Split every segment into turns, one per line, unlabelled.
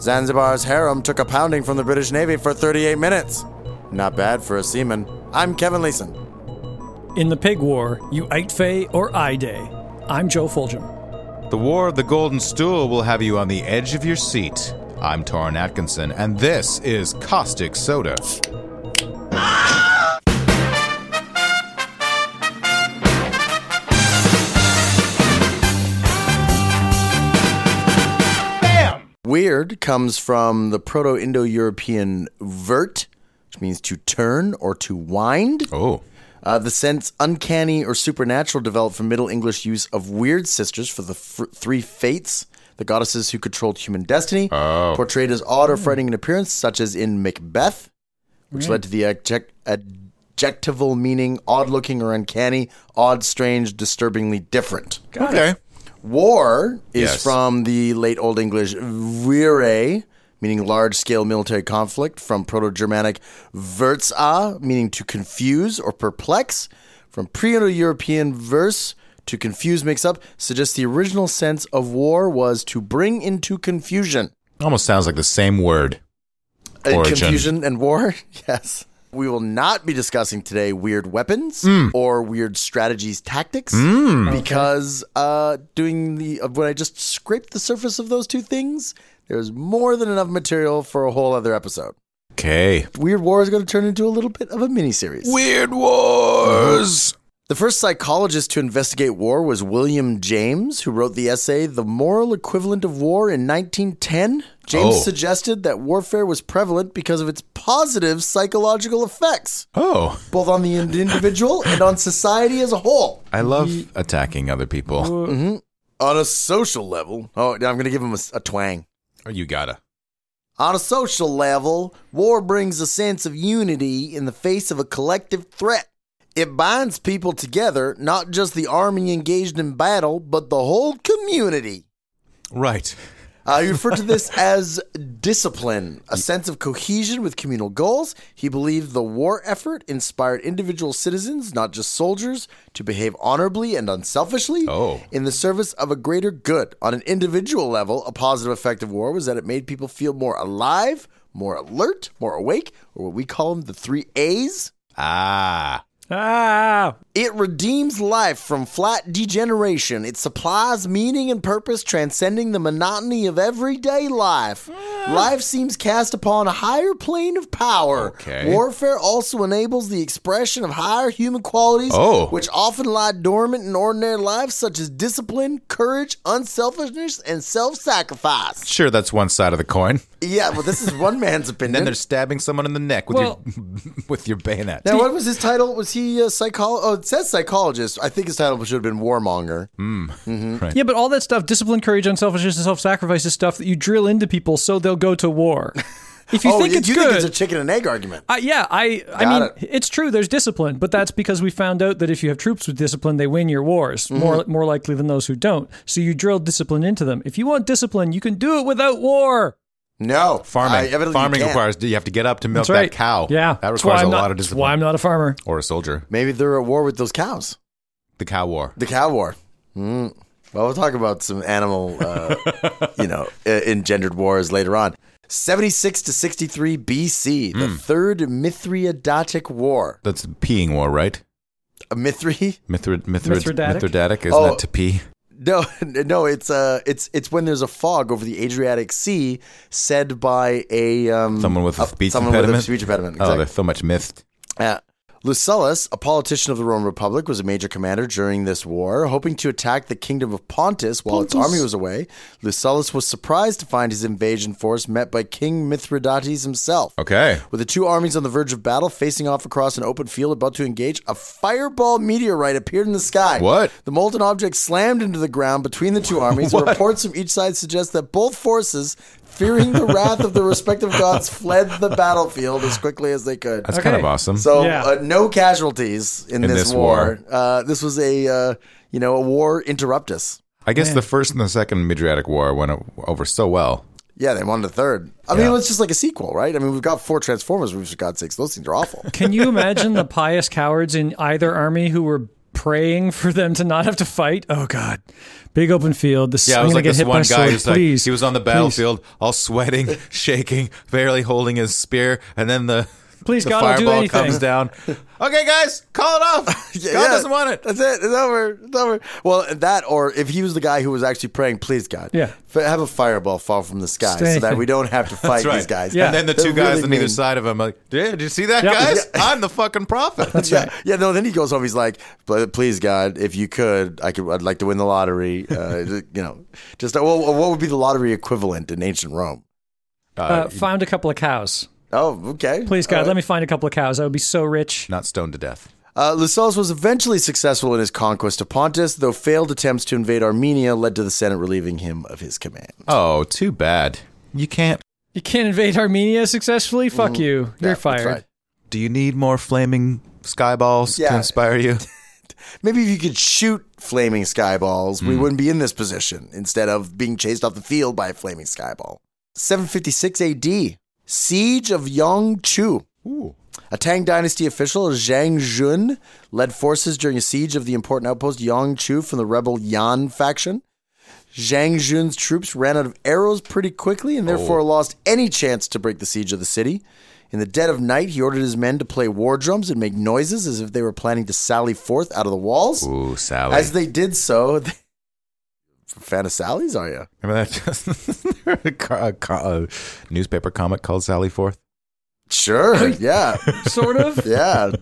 Zanzibar's harem took a pounding from the British Navy for 38 minutes. Not bad for a seaman. I'm Kevin Leeson.
In the Pig War, you Aitfe or I Day. I'm Joe Fulgham.
The War of the Golden Stool will have you on the edge of your seat. I'm Torrin Atkinson, and this is Caustic Soda.
Weird comes from the Proto Indo European vert, which means to turn or to wind.
Oh.
Uh, the sense uncanny or supernatural developed from Middle English use of weird sisters for the f- three fates, the goddesses who controlled human destiny, portrayed as odd or frightening in appearance, such as in Macbeth, which led to the adject- adjectival meaning odd looking or uncanny, odd, strange, disturbingly different.
Okay.
War is
Yes.
from the late Old English vire, meaning large scale military conflict, from Proto Germanic verza, meaning to confuse or perplex, from pre Indo European verse, to confuse, mix up, suggests the original sense of war was to bring into confusion.
Almost sounds like the same word.
Uh,
Origin.
confusion and war? Yes. We will not be discussing today weird weapons
Hmm.
or weird strategies, tactics,
Mm,
because uh, doing the uh, when I just scraped the surface of those two things, there's more than enough material for a whole other episode.
Okay.
Weird War is going to turn into a little bit of a mini series.
Weird Wars!
The first psychologist to investigate war was William James, who wrote the essay The Moral Equivalent of War in 1910. James
Oh.
suggested that warfare was prevalent because of its positive psychological effects,
Oh,
both on the ind- individual and on society as a whole.
I love attacking other people.
Mm-hmm.
On a social level, oh, I'm going to give him a, s- a twang.
Oh, you gotta.
On a social level, war brings a sense of unity in the face of a collective threat. It binds people together, not just the army engaged in battle, but the whole community.
Right.
Uh, he referred to this as discipline, a sense of cohesion with communal goals. He believed the war effort inspired individual citizens, not just soldiers, to behave honorably and unselfishly
Oh.
in the service of a greater good. On an individual level, a positive effect of war was that it made people feel more alive, more alert, more awake, or what we call them the three A's.
Ah.
Ah!
It redeems life from flat degeneration. It supplies meaning and purpose, transcending the monotony of everyday life.
Ah.
Life seems cast upon a higher plane of power.
Okay.
Warfare also enables the expression of higher human qualities,
Oh.
which often lie dormant in ordinary life, such as discipline, courage, unselfishness, and self sacrifice.
Sure, that's one side of the coin.
Yeah, well, this is one man's opinion.
And then they're stabbing someone in the neck with
Well-
your with your bayonet.
Now, what was his title? Was he a psychologist? Oh, it says psychologist. I think his title should have been warmonger.
Yeah, but all that stuff, discipline, courage, unselfishness, and self sacrifice is stuff that you drill into people so they'll go to war. If
Oh,
you think
Oh, you,
it's
you
good.
think it's a chicken and egg argument?
I, yeah, I I
Got
mean
it.
it's true there's discipline, but that's because we found out that if you have troops with discipline, they win your wars
Mm-hmm.
more more likely than those who don't. So you drill discipline into them. If you want discipline, you can do it without war.
No, I
Farming.
evidently
Farming
can't.
requires you have to get up to milk
That's right.
that cow.
Yeah.
That
That's why
requires a
I'm not-
lot of
That's why I'm
discipline.
not a farmer.
Or a soldier.
Maybe they're at war with those cows.
The cow war.
The cow war. Mm. Well, we'll talk about some animal, uh, you know, uh, engendered wars later on. 76 to 63 BC,
Hmm.
the Third Mithridatic War.
That's the peeing war, right?
A Mithri?
Mithrid, Mithrid,
Mithridatic?
Mithridatic, isn't
Oh.
that to pee?
No, no, it's uh, it's it's when there's a fog over the Adriatic Sea, said by a um,
Someone with a speech
someone
impediment.
With a speech impediment.
Oh,
Exactly.
there's so much myth.
Uh, Lucullus, a politician of the Roman Republic, was a major commander during this war. Hoping to attack the kingdom of Pontus while its army was away, Lucullus was surprised to find his invasion force met by King Mithridates himself.
Okay.
With the two armies on the verge of battle, facing off across an open field about to engage, a fireball meteorite appeared in the sky.
What?
The molten object slammed into the ground between the two armies. and Reports from each side suggest that both forces, fearing the wrath of their respective gods, fled the battlefield as quickly as they could.
That's kind of
Okay.
awesome.
So
Yeah.
uh, no casualties in,
In
this,
this
war.
war.
Uh, this was a uh, you know a war interruptus.
I guess the first and the second Midriatic War went o- over so well.
Yeah, they wanted a third. I
Yeah.
mean, it's just like a sequel, right? I mean, we've got four Transformers movies for God's sakes. Those things are awful.
Can you imagine the pious cowards in either army who were praying for them to not have to fight. Oh God, big open field. This,
Yeah,
I'm
I was
gonna
like
get
this
hit by
one guy
sword.
who's
please.
like he was on the
please,
battlefield, all sweating, shaking, barely holding his spear, and then the
Please,
the
God, I'll do
fireball
anything.
comes down. Okay, guys, call it off.
Yeah,
God
yeah.
doesn't want it.
That's it. It's over. It's over. Well, that or if he was the guy who was actually praying, please God,
Yeah.
f- have a fireball fall from the sky so that
Anything.
we don't have to fight these guys.
Yeah.
And then the
They're
two guys
really
on either
mean.
side of him, like, yeah, did you see that,
Yep.
guys? I'm the fucking prophet.
yeah, yeah. No, then he goes home. He's like, "Pl- "Please, God, if you could, I could. I'd like to win the lottery. Uh, you know, just uh, well, what would be the lottery equivalent in ancient Rome?
Uh, found a couple of cows.
Oh, okay.
Please, God,
Uh,
let me find a couple of cows. I would be so rich.
Not stoned to death.
Uh, Lucullus was eventually successful in his conquest of Pontus, though failed attempts to invade Armenia led to the Senate relieving him of his command.
Oh, too bad. You can't.
You can't invade Armenia successfully. Fuck you. You're
Mm-hmm. Yeah, that's
fired.
right.
Do you need more flaming skyballs to
Yeah.
inspire you?
Maybe if you could shoot flaming skyballs,
Hmm.
we wouldn't be in this position instead of being chased off the field by a flaming skyball. 756 AD, Siege of Yongchu.
Ooh.
A Tang Dynasty official, Zhang Jun, led forces during a siege of the important outpost Yongchu from the rebel Yan faction. Zhang Jun's troops ran out of arrows pretty quickly and therefore lost any chance to break the siege of the city. In the dead of night, he ordered his men to play war drums and make noises as if they were planning to sally forth out of the walls.
Ooh, Sally.
As they did so, they... fan of Sally's, are you?
Remember that? a, co- a co- a newspaper comic called Sally Forth?
Sure, yeah,
Sort of.
yeah.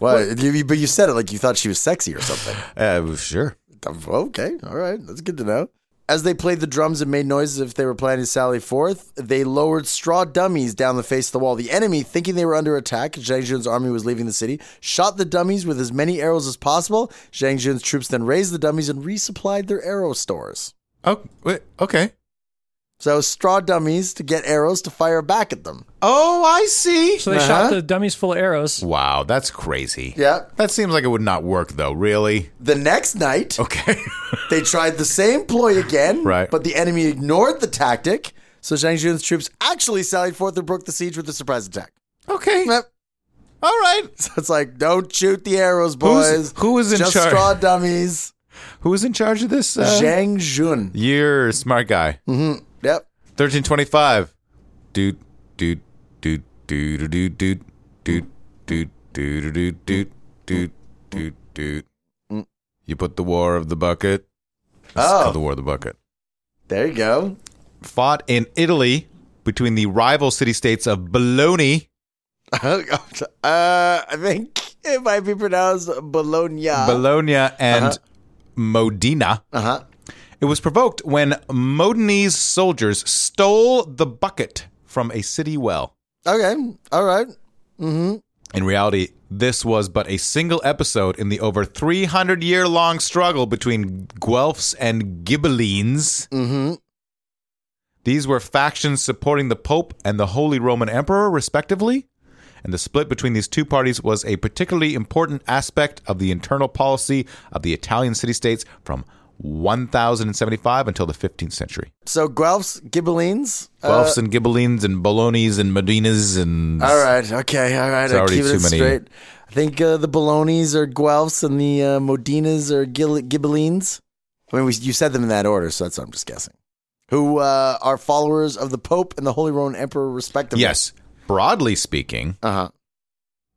Well, you, but you said it like you thought she was sexy or something.
Uh, sure.
Okay, all right, that's good to know. As they played the drums and made noises as if they were planning to sally forth, they lowered straw dummies down the face of the wall. The enemy, thinking they were under attack, Zhang Jun's army was leaving the city, shot the dummies with as many arrows as possible. Zhang Jun's troops then raised the dummies and resupplied their arrow stores.
Oh, wait, okay.
So straw dummies to get arrows to fire back at them.
Oh, I see.
So they
Uh-huh.
shot the dummies full of arrows.
Wow, that's crazy.
Yeah.
That seems like it would not work, though, really.
The next night,
Okay.
They tried the same ploy again,
Oh. Right.
but the enemy ignored the tactic. So Zhang Jun's troops actually sallied forth and broke the siege with a surprise attack.
okay. All
Yep.
right.
So it's like, don't shoot the arrows,
Who's-
boys.
who was in
Just
charge?
straw dummies.
Who was in charge of this? Uh,
Zhang Jun.
you're a smart guy.
Yep.
1325. Doot, doot, doot, doot, doot, doot, doot, doot, doot, doot, doot, doot, doot, doot. You put the war of the bucket. This is
Oh.
called the war of the bucket.
There you go.
Fought in Italy between the rival city states of Bologna,
uh, I think it might be pronounced Bologna.
Bologna, and Modena.
uh huh.
It was provoked when Modenese soldiers stole the bucket from a city well.
Okay. All right.
In reality, this was but a single episode in the over 300 year long struggle between Guelphs and Ghibellines. Mm-hmm. These were factions supporting the Pope and the Holy Roman Emperor, respectively. And the split between these two parties was a particularly important aspect of the internal policy of the Italian city states from 1075 until the 15th century.
So Guelphs, Ghibellines. uh,
Guelphs and Ghibellines and Bolognas and Medinas and.
All right. Okay. All right. I
already
keep it
too many.
straight. I think uh, the Bolognas are Guelphs and the uh, Modinas are Gil- Ghibellines. I mean, we, you said them in that order, so that's what I'm just guessing. Who uh, are followers of the Pope and the Holy Roman Emperor, respectively?
Yes. Broadly speaking,
Uh huh.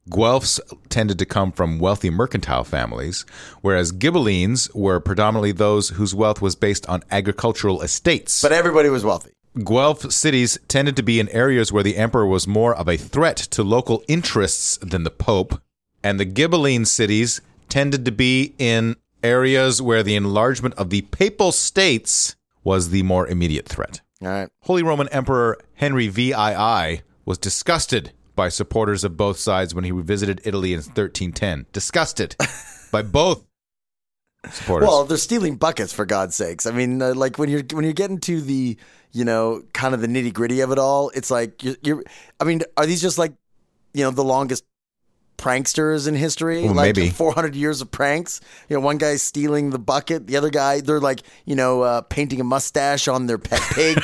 Guelphs tended to come from wealthy mercantile families, whereas Ghibellines were predominantly those whose wealth was based on agricultural estates.
But everybody was wealthy.
Guelph cities tended to be in areas where the emperor was more of a threat to local interests than the pope, and the Ghibelline cities tended to be in areas where the enlargement of the papal states was the more immediate threat.
All right.
Holy Roman Emperor Henry VII was disgusted by supporters of both sides when he revisited Italy in 1310. Disgusted by both supporters.
Well, they're stealing buckets for God's sakes. I mean, uh, like when you're when you're getting to the you know kind of the nitty gritty of it all, it's like you're, you're. I mean, are these just like you know the longest pranksters in history.
Ooh,
like
maybe.
400 years of pranks. You know, one guy's stealing the bucket, the other guy, they're like, you know, uh, painting a mustache on their pet pig,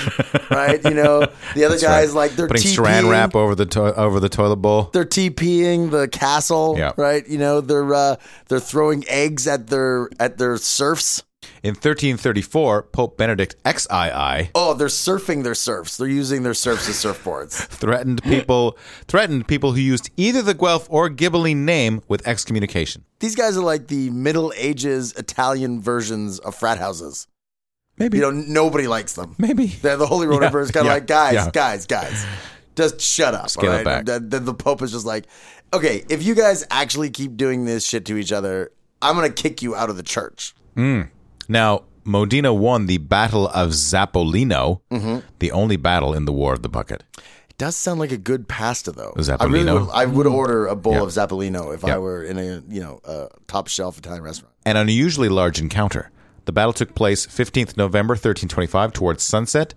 right? You know, the other guy's like, they're
Putting
TPing
saran wrap over the to- over the toilet bowl.
they're TPing the castle,
Yeah.
right? You know, they're uh, they're throwing eggs at their at their serfs.
In 1334, Pope Benedict XII
Oh, they're surfing their serfs. They're using their serfs as surfboards.
threatened people threatened people who used either the Guelph or Ghibelline name with excommunication.
These guys are like the Middle Ages Italian versions of frat houses.
Maybe
You know, nobody likes them.
maybe
The, the Holy Roman
Yeah,
Emperor is kind of
yeah,
like, guys,
yeah.
guys, guys, just shut up.
Scale it
all right?
back.
The, the- the Pope is just like, okay, if you guys actually keep doing this shit to each other, I'm gonna kick you out of the church.
Now, Modena won the Battle of Zappolino,
Mm-hmm.
the only battle in the War of the Bucket.
It does sound like a good pasta though. I
Zappolino?
really would, I would order a bowl of Zappolino if I
Yeah.
were in a you know a top shelf Italian restaurant.
An unusually large encounter. The battle took place 15th November 1325 towards sunset.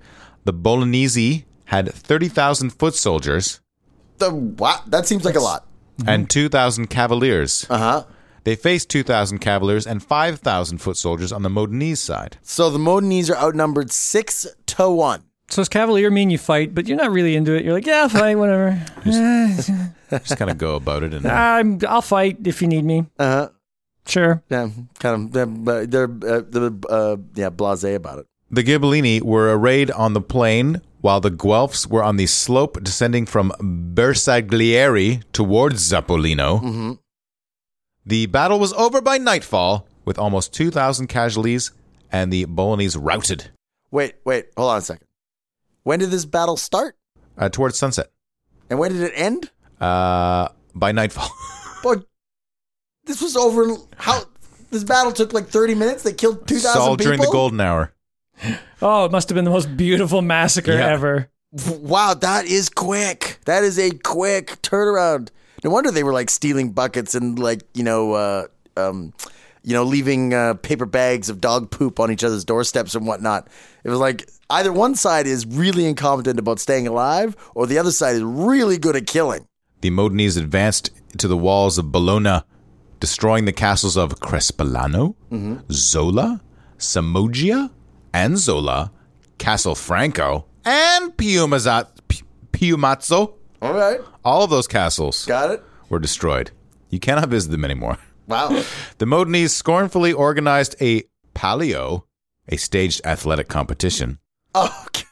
The Bolognese had 30,000 foot soldiers
The what? That seems like a lot.
and 2,000 cavaliers.
Uh huh.
They faced 2,000 cavaliers and 5,000 foot soldiers on the Modenese side.
So the Modenese are outnumbered six to one.
So does Cavalier mean you fight, but you're not really into it. You're like, yeah, I'll fight, whatever. Eh,
Just kind of go about it. And
I'm, I'll fight if you need me.
Uh huh.
Sure.
Yeah, kind of. They're, but they're uh, they're uh, yeah blasé about it.
The Ghibellini were arrayed on the plain, while the Guelphs were on the slope descending from Bersaglieri towards Zappolino.
Mm-hmm.
The battle was over by nightfall, with almost 2,000 casualties and the Bolognese routed
Wait, wait, hold on a second. When did this battle start?
uh, towards sunset
And when did it end?
uh, by nightfall.
Boy, this was over. in- How this battle took like thirty minutes. They killed two
It's all
thousand people.
during the golden hour.
Oh, it must have been the most beautiful massacre
Yeah.
ever.
Wow, that is quick. That is a quick turnaround. No wonder they were like stealing buckets and like you know, uh, um, you know, leaving uh, paper bags of dog poop on each other's doorsteps and whatnot. It was like either one side is really incompetent about staying alive, or the other side is really good at killing.
The Modenese advanced to the walls of Bologna, destroying the castles of Crespellano, Zola, Samoggia, and Zola, Castle Franco, and Piumazzat, P- Piumazzo.
All right,
All of those castles
got it.
were destroyed. You cannot visit them anymore.
Wow.
The Modenese scornfully organized a palio, a staged athletic competition,
Oh, okay.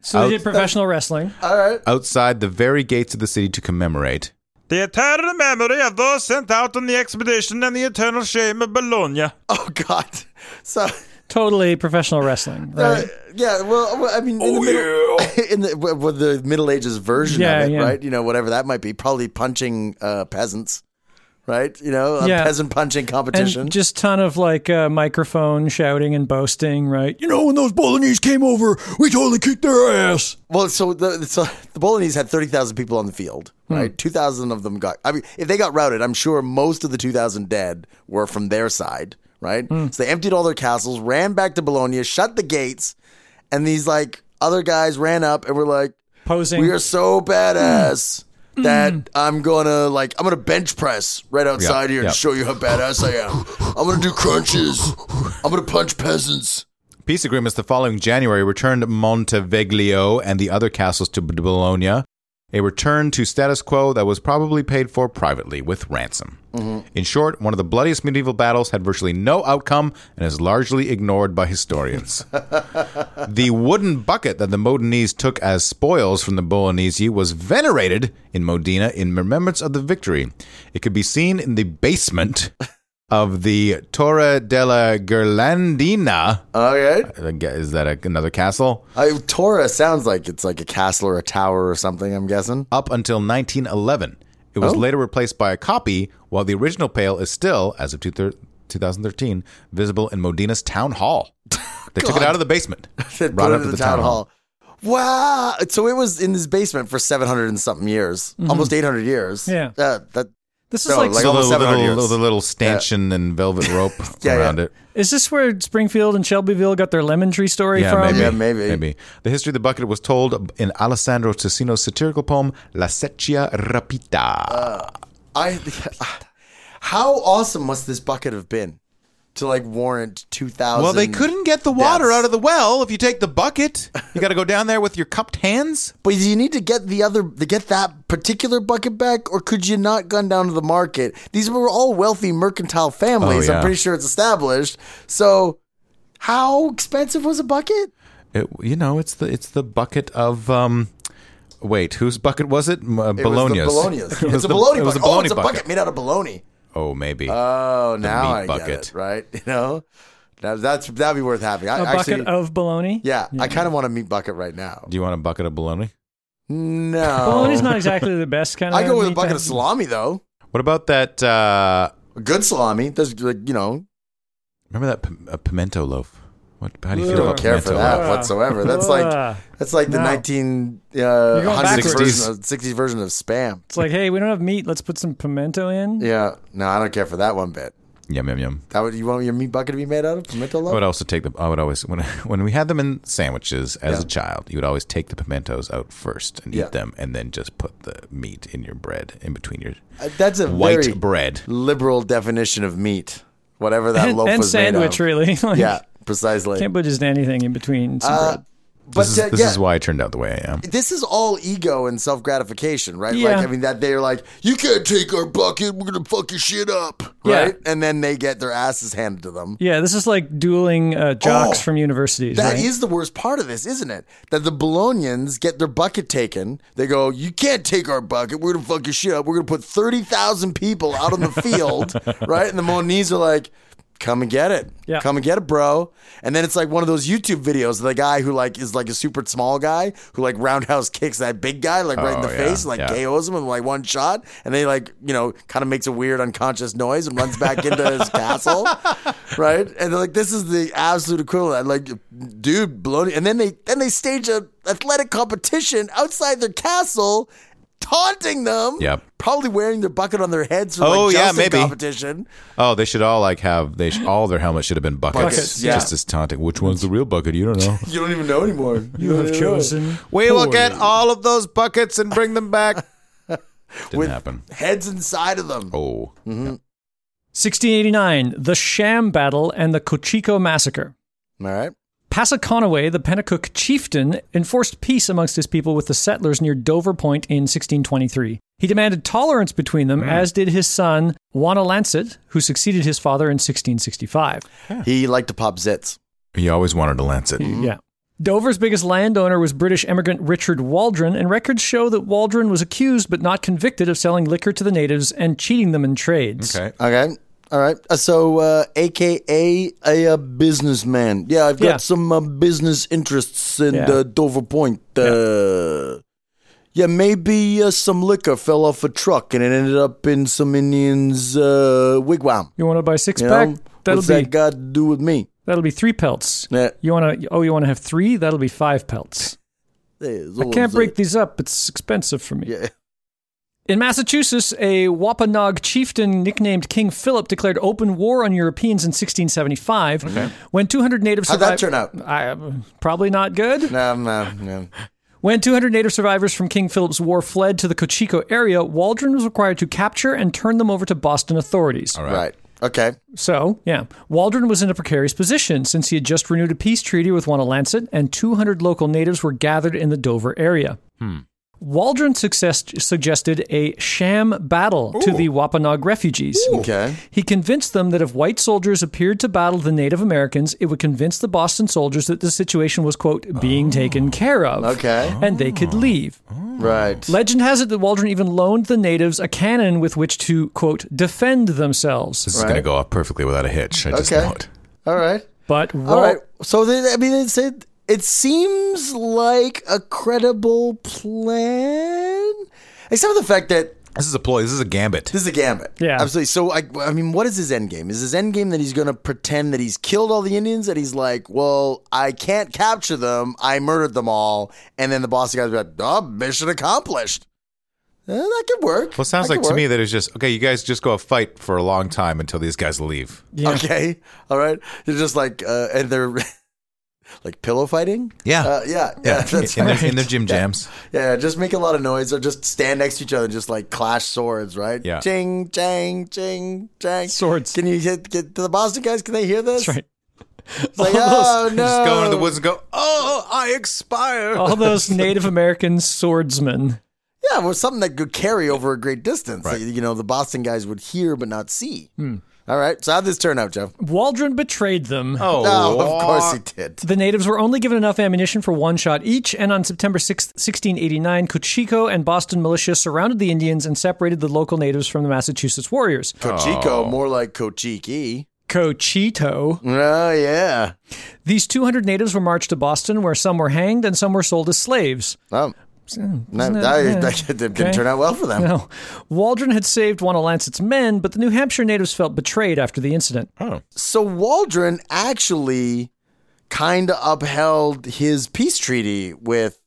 So
Out-
they did professional wrestling.
all right.
outside the very gates of the city to commemorate the eternal memory of those sent out on the expedition and the eternal shame of Bologna.
Oh God. So
Totally professional wrestling,
uh,
right?
yeah, well, well, I mean, in the middle, in the w- w- the Middle Ages version
Yeah,
of it,
yeah.
right? You know, whatever that might be, probably punching uh, peasants, right? You know, a
Yeah.
peasant punching competition.
and just ton of like uh, microphone shouting and boasting, right? You know, when those Bolognese came over, we totally kicked their ass.
well, so the so the Bolognese had thirty thousand people on the field,
Hmm.
right? Two thousand of them got. I mean, if they got routed, I'm sure most of the two thousand dead were from their side, right?
Hmm.
So they emptied all their castles, ran back to Bologna, shut the gates, and these like other guys ran up and were like,
Posing.
We are so badass that I'm gonna like I'm gonna bench press right outside
Yeah,
here to
yeah.
show you how badass I am. I'm gonna do crunches. I'm gonna punch peasants.
Peace agreements the following January returned Monteveglio and the other castles to B- Bologna, a return to status quo that was probably paid for privately with ransom. In short, one of the bloodiest medieval battles had virtually no outcome and is largely ignored by historians. the wooden bucket that the Modenese took as spoils from the Bolognese was venerated in Modena in remembrance of the victory. It could be seen in the basement of the Torre della Ghirlandina.
All right.
I gue- Is that a, another castle?
I, Torah sounds like it's like a castle or a tower or something. I'm guessing.
Up until 1911. It
Oh.
was later replaced by a copy, while the original pale is still, as of two thir- 2013, visible in Modena's town hall. They took it out of the basement.
They put
brought
it
up
in
at
the town hall. Wow! So it was in this basement for seven hundred and something years,
Mm-hmm.
almost eight hundred years.
Yeah.
Uh, that
This is
No,
like,
like-
So
almost
the,
700
little,
years.
the little stanchion and velvet rope
Yeah,
around
yeah.
it.
is this where Springfield and Shelbyville got their lemon tree story
Yeah,
from?
maybe,
Yeah, maybe.
The history of the bucket was told in Alessandro Cecchino's satirical poem La Secchia Rapita.
I how awesome must this bucket have been to like warrant two thousand?
Well, they couldn't get the water
deaths.
out of the well if you take the bucket. You got to go down there with your cupped hands.
But you need to get the other to get that particular bucket back, or could you not gone down to the market? These were all wealthy mercantile families.
Oh, yeah.
I'm pretty sure it's established. So, how expensive was a bucket?
It, you know, it's the it's the bucket of um. Wait, whose bucket was it? M- uh,
It was the
Bologna's.
Bologna's.
It was
It's a
the-
bologna
it was
bucket.
the
Oh,
bologna
it's a
bucket.
bucket made out of bologna.
Oh, maybe.
Oh, now
meat
I
bucket.
get it. Right? You know, that, that's that'd be worth having. I
A
actually,
bucket of bologna.
yeah, I kind of want a meat bucket right now.
Do you want a bucket of bologna?
No,
Bologna's not exactly the best kind of.
I go with a
meat
bucket
to-
of salami though.
What about that? Uh,
A good salami. There's like you know,
remember that p- a pimento loaf? What? How do you
Ugh.
feel
I
about
don't care for
pimento
that
loaf?
Ugh.
whatsoever. That's like
Ugh.
that's like the
No.
nineteen uh,
going
100
backwards.
version of, sixty version of spam.
It's like, hey, we don't have meat. Let's put some pimento in.
Yeah, no, I don't care for that one bit.
Yum yum yum.
That would you want your meat bucket to be made out of pimento
I would
loaf?
also take the. I would always when when we had them in sandwiches as a child, you would always take the pimentos out first and
Yeah.
eat them, and then just put the meat in your bread in between your
Uh, That's a
white
very
bread.
liberal definition of meat. Whatever that
And,
loaf
and
was
sandwich,
made of.
really. Like,
Yeah, precisely.
Can't put just anything in between some
Uh,
bread.
but
This, is,
uh,
this
yeah,
is why I turned out the way I am.
this is all ego and self gratification, right?
Yeah.
Like, I mean, that they're like, you can't take our bucket. We're gonna fuck your shit up,
Yeah.
right? And then they get their asses handed to them.
Yeah, this is like dueling uh, jocks
Oh,
from universities.
That is
right?
the worst part of this, isn't it? That the Bolognians get their bucket taken. They go, "You can't take our bucket. We're gonna fuck your shit up. We're gonna put thirty thousand people out on the field, right?" And the Molonese are like, "Come and get it.
Yeah.
Come and get it, bro." And then it's like one of those YouTube videos of the guy who like is like a super small guy who like roundhouse kicks that big guy like right in
Oh,
the
yeah,
face, like
yeah.
KOs him with like one shot, and they like you know kind of makes a weird unconscious noise and runs back into his castle, right? And they're like, this is the absolute equivalent. Like, dude, Bologna, and then they then they stage a athletic competition outside their castle, taunting them.
Yep.
Probably wearing their bucket on their heads for
Oh,
like
yeah,
jousting
maybe.
competition.
Oh, they should all like have they sh- all their helmets should have been buckets,
Buckets, yeah.
just as taunting. Which one's the real bucket? You don't know.
You don't even know anymore.
you have chosen.
we will get
poorly.
all of those buckets and bring them back. Didn't
With-
happen.
Heads inside of them.
Oh,
1689, the Sham Battle and the Cochico Massacre.
All right.
Passaconaway, the Penacook chieftain, enforced peace amongst his people with the settlers near Dover Point in 1623. He demanded tolerance between them, as did his son, Juana Lancet, who succeeded his father in 1665.
He liked to pop zits.
he always wanted to lance it.
Yeah. Dover's biggest landowner was British emigrant Richard Waldron, and records show that Waldron was accused but not convicted of selling liquor to the natives and cheating them in trades.
Okay.
Okay. All right. Uh, so, uh, AKA a, uh businessman. Yeah, I've got
Yeah.
some uh, business interests in
Yeah.
uh, Dover Point. Uh, yeah. maybe uh, some liquor fell off a truck and it ended up in some Indian's uh, wigwam.
You want to buy six
You
pack?
know?
That'll
What's
be
that got to do with me?
that'll be three pelts.
Yeah.
You want to? Oh, you want to have three? That'll be five pelts. I can't break these up. It's expensive for me.
Yeah.
In Massachusetts, a Wampanoag chieftain nicknamed King Philip declared open war on Europeans in 1675. When 200 native
How'd that turn out?
I, probably not good.
No, no, no.
When 200 native survivors from King Philip's War fled to the Cochico area, Waldron was required to capture and turn them over to Boston authorities.
All right.
Right. Okay.
So, yeah, Waldron was in a precarious position since he had just renewed a peace treaty with Juana Lancet, and 200 local natives were gathered in the Dover area. Waldron success- suggested a sham battle to the Wampanoag refugees.
Okay.
He convinced them that if white soldiers appeared to battle the Native Americans, it would convince the Boston soldiers that the situation was, quote, being taken care of.
Okay.
And they could leave.
Right.
Legend has it that Waldron even loaned the natives a cannon with which to, quote, defend
This
themselves.
is going to
Right.
go off perfectly without a hitch. I just
Okay.
know it.
All right.
But
All
Wal-
right. So they, I mean, it's, it it seems like a credible plan, except for the fact that
This is a ploy. This is a gambit.
this is a gambit.
Yeah.
absolutely. So I, I mean, what is his end game? Is his end game that he's going to pretend that he's killed all the Indians? That he's like, well, I can't capture them. I murdered them all, and then the boss guys be like, oh, mission accomplished. Eh, that could work.
Well, it sounds
That
like
could
to
work.
me that it's just okay. You guys just go fight for a long time until these guys leave.
Yeah.
Okay. All right. You're just like, uh, and they're like pillow fighting.
Yeah.
uh, yeah, yeah,
Yeah,
that's
in,
right.
their, in their gym jams.
Yeah, just make a lot of noise or just stand next to each other and just like clash swords, right?
Yeah.
Ching, chang, ching, chang.
Swords.
Can you get, get to the Boston guys? Can they hear this?
That's right.
It's like,
All those-
oh, no.
Just go into the woods and go, oh, I expire.
All those Native American swordsmen.
Yeah, well, something that could carry over a great distance.
Right.
that, you know, the Boston guys would hear but not see.
Hmm.
All right. So how'd this turn out, Jeff?
Waldron betrayed them.
Oh,
Oh, of course he did.
The natives were only given enough ammunition for one shot each, and on September 6, 1689, Cochico and Boston militia surrounded the Indians and separated the local natives from the Massachusetts warriors. Oh.
Cochico, more like Cochiki.
Cochito.
Oh, yeah.
These 200 natives were marched to Boston, where some were hanged and some were sold as slaves.
Oh, no,
Isn't it-
that,
yeah.
that didn't
Okay.
turn out well for them.
No. Waldron had saved one of Lancet's men, but the New Hampshire natives felt betrayed after the incident.
So Waldron actually kind of upheld his peace treaty with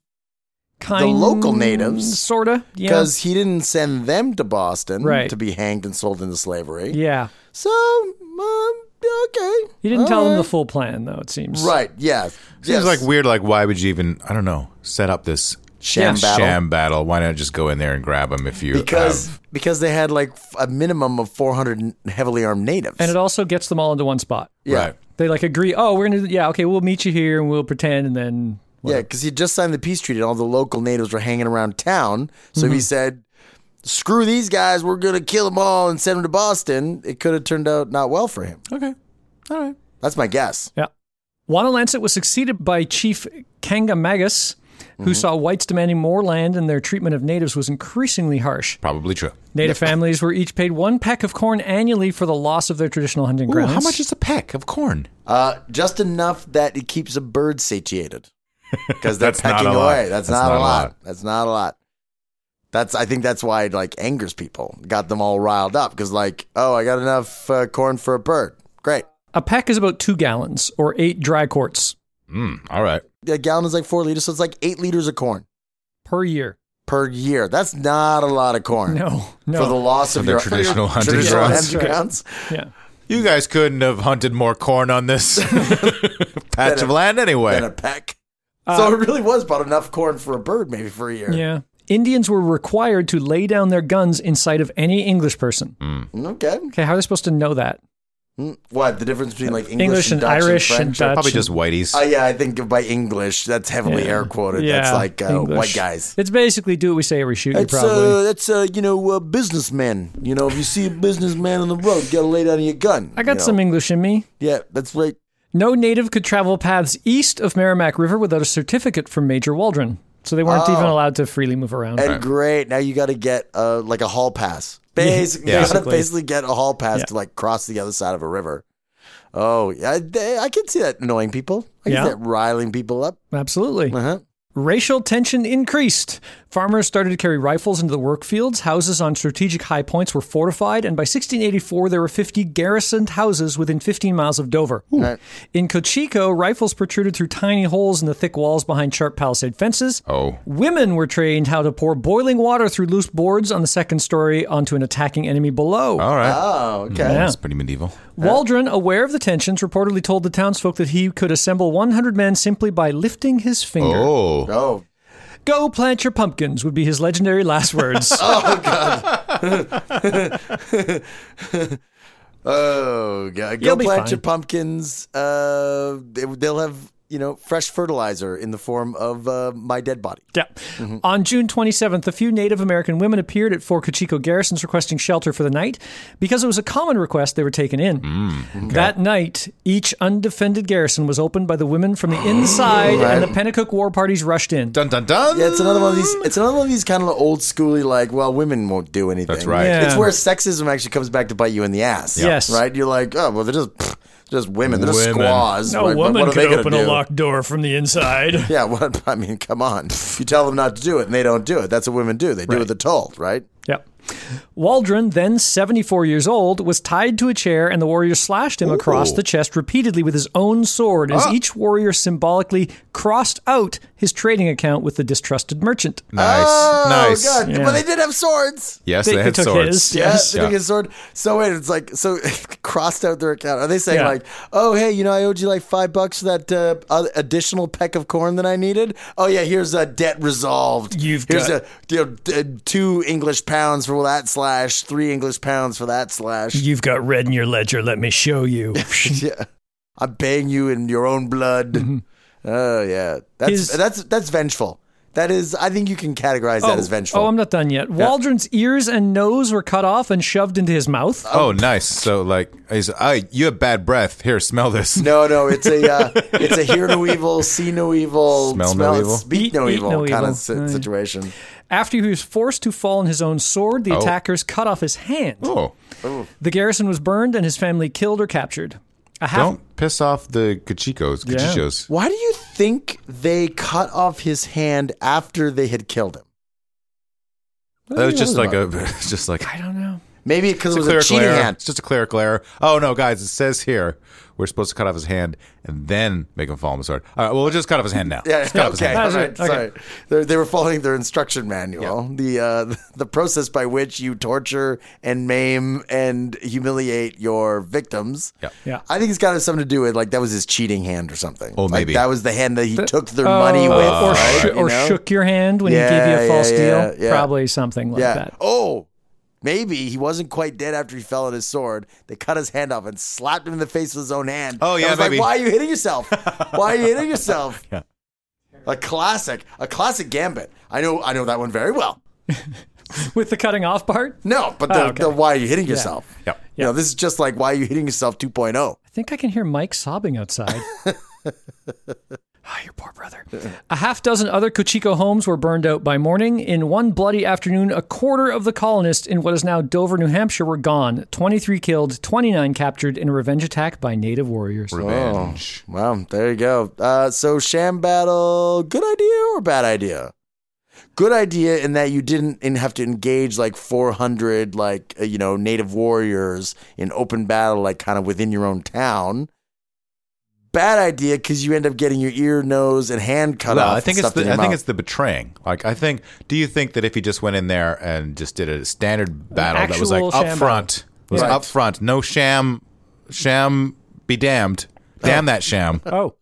Kind,
local natives.
Sorta. Yeah.
because he didn't send them to Boston
Right.
to be hanged and sold into slavery.
Yeah.
So, um, okay.
He didn't
All
tell
Uh,
them the
right.
full plan, though, it seems.
Right, yeah.
Seems like weird. Like, why would you even? I don't know. Set up this
Sham battle.
sham battle. Why not just go in there and grab them if you
Because
have-
because they had like f- a minimum of 400 heavily armed natives.
And it also gets them all into one spot.
yeah.
right?
They like agree, oh, we're going to, yeah, okay, we'll meet you here and we'll pretend and then.
Yeah, because he just signed the peace treaty, and all the local natives were hanging around town. So
Mm-hmm.
if he said, "Screw these guys, we're gonna kill them all and send them to Boston," it could have turned out not well for him.
Okay, all right.
That's my guess.
Yeah. Juana Lancet was succeeded by Chief Kangamagus,
Mm-hmm.
who saw whites demanding more land and their treatment of natives was increasingly harsh.
Probably true.
Native families were each paid one peck of corn annually for the loss of their traditional hunting
Ooh,
grounds.
how much is a peck of corn?
Uh, just enough that it keeps a bird satiated because they're
That's not
pecking
a
away.
lot.
That's, not, a lot. That's not a lot. That's I think that's why it like angers people, got them all riled up because like, oh, I got enough uh, corn for a bird. Great.
A peck is about two gallons or eight dry quarts
Mm, all right.
A gallon is like four liters, so it's like eight liters of corn
per year.
per year. That's not a lot of corn.
No, no.
for the loss of
their
your
traditional
your
hunting
traditional
grounds.
hunting grounds.
yeah.
You guys couldn't have hunted more corn on this patch
a-
of land anyway.
than a peck. so it really was about enough corn for a bird, maybe for a year.
Uh, Yeah. Indians were required to lay down their guns in sight of any English person.
Hmm. Okay.
Okay, how are they supposed to know that?
Mm, What the difference between like
English
English,
and
and, Dutch
Irish and
and French?
Dutch.
Probably just whiteys.
Oh yeah, I think by English that's heavily
Yeah.
air quoted. that's like uh,
English.
white guys.
It's basically do what we say every shoot. You
That's
probably.
uh, that's uh, you know uh, businessmen. You know, if you see a businessman on the road, you gotta lay down your gun.
I got
you know.
some English in me.
Yeah, that's right.
No native could travel paths east of Merrimack River without a certificate from Major Waldron, so they weren't
Oh.
even allowed to freely move around.
And great. Now you got to get uh, like a hall pass. Basically,
Yeah.
you got to
Basically.
basically get a hall pass
Yeah.
to like cross the other side of a river. Oh, yeah, I, they, I can see that annoying people. I can
Yeah.
see that riling people up.
Absolutely.
Uh-huh.
Racial tension increased. Farmers started to carry rifles into the work fields. Houses on strategic high points were fortified, and by 1684, there were 50 garrisoned houses within 15 miles of Dover.
Right.
In Cochico, rifles protruded through tiny holes in the thick walls behind sharp palisade fences.
oh,
Women were trained how to pour boiling water through loose boards on the second story onto an attacking enemy below.
all right.
Oh, okay.
Yeah.
That's pretty medieval.
Waldron, aware of the tensions, reportedly told the townsfolk that he could assemble 100 men simply by lifting his finger.
Oh,
Oh,
Go plant your pumpkins would be his legendary last words.
oh, God. go
You'll be
plant
fine.
your pumpkins. Uh, they, they'll have you know fresh fertilizer in the form of uh, my dead body.
Yeah.
Mm-hmm.
On June 27th, a few Native American women appeared at Fort Cochico garrisons requesting shelter for the night. Because it was a common request, they were taken in.
Mm,
That night, each undefended garrison was opened by the women from the inside, and the Pennacook war parties rushed in.
dun dun dun.
Yeah, it's another one of these. It's another one of these kind of old schooly, like, well, women won't do anything.
That's right. Yeah.
It's where sexism actually comes back to bite you in the ass.
Yes.
Right? You're like, oh, well, they're just pff, just women. They're just
Women.
squaws.
No
Like, what-
woman
what are they
could
gonna
open a
do?
locked door from the inside.
Yeah, what, I mean, come on. You tell them not to do it, and they don't do it. That's what women do. They do what they're told, right?
Yep. Waldron, then 74 years old, was tied to a chair and the warrior slashed him across
Ooh. Ah.
the chest repeatedly with his own sword as each warrior symbolically crossed out his trading account with the distrusted merchant.
Nice. nice.
Oh god! But they did have swords.
Yes,
They-
they,
they
had
took
swords.
his.
Yeah,
Yes.
they
Yeah.
took his sword. So wait, it's like so crossed out their account. Are they saying
Yeah.
like, oh hey, you know, I owed you like five bucks for that uh, oth- additional peck of corn that I needed? Oh yeah, here's a debt resolved.
You've
here's
got-
a you know, d- uh, two English pounds for that slash, three English pounds for that slash.
You've got red in your ledger, let me show you.
yeah, I'm paying you in your own blood. Oh yeah,
Mm-hmm.
that's
His-
that's that's vengeful. That is, I think you can categorize that as vengeful.
Oh, I'm not done yet. Waldron's ears and nose were cut off and shoved into his mouth.
Oh, nice. So, like, he's, I, you have bad breath. Here, smell this.
No, no, it's a uh, it's a hear no evil, see no evil,
Smell no evil.
speak no
Eat- eat
evil
no
kind
evil.
of si-
Aye.
situation.
After he was forced to fall on his own sword, the attackers cut off his hand.
Oh,
The garrison was burned and his family killed or captured. A half
don't piss off the Kachikos. Kachichos.
Why do you think they cut off his hand after they had killed him?
That was just like a, just like
I don't know.
Maybe because it was
It's a
a,
clerical
cheating
error.
hand.
It's just a clerical error. Oh no, guys! It says here we're supposed to cut off his hand and then make him fall on the sword. All right, well, we'll just cut off his hand now.
Yeah,
Just cut off his
okay.
hand.
All
That's
right,
it, okay.
Sorry, They're- they were following their instruction manual. The uh, the process by which you torture and maim and humiliate your victims.
Yep.
Yeah.
I think it's got something to do with like that was his cheating hand or something.
Oh,
Like,
maybe. Oh,
that was the hand that he took their money with,
Oh, or,
right?
shoo-
You
or
know?
shook your hand when he
Yeah,
gave you a false
yeah, yeah,
deal.
yeah.
Probably something like
Yeah.
that.
Oh, maybe he wasn't quite dead after he fell on his sword. They cut his hand off and slapped him in the face with his own hand.
Oh,
And
yeah,
I was
maybe.
like, why are you hitting yourself? why are you hitting yourself?
Yeah.
A classic, a classic gambit. I know, I know that one very well.
With the cutting off part,
No, but the,
Oh, okay.
the why are you hitting yourself?
Yeah.
You know, this is just like why are you hitting yourself oh? 2.0.
I think I can hear Mike sobbing outside. Ah, your poor brother. A half dozen other Cochico homes were burned out by morning. In one bloody afternoon, a quarter of the colonists in what is now Dover, New Hampshire, were gone 23 killed, 29 captured in a revenge attack by native warriors.
Revenge.
Oh, Well, there you go. Uh, so sham battle, good idea or bad idea? Good idea in that you didn't in- have to engage like 400 like uh, you know native warriors in open battle like kind of within your own town. Bad idea because you end up getting your ear, nose, and hand cut
Well,
off.
I think
and
it's
stuffed in
the,
your
I think
mouth.
it's the betraying. Like, I think. Do you think that if he just went in there and just did a standard battle that was like
actual
up
sham
front, was
Right.
up front, no sham, sham, be damned, damn that sham.
Oh,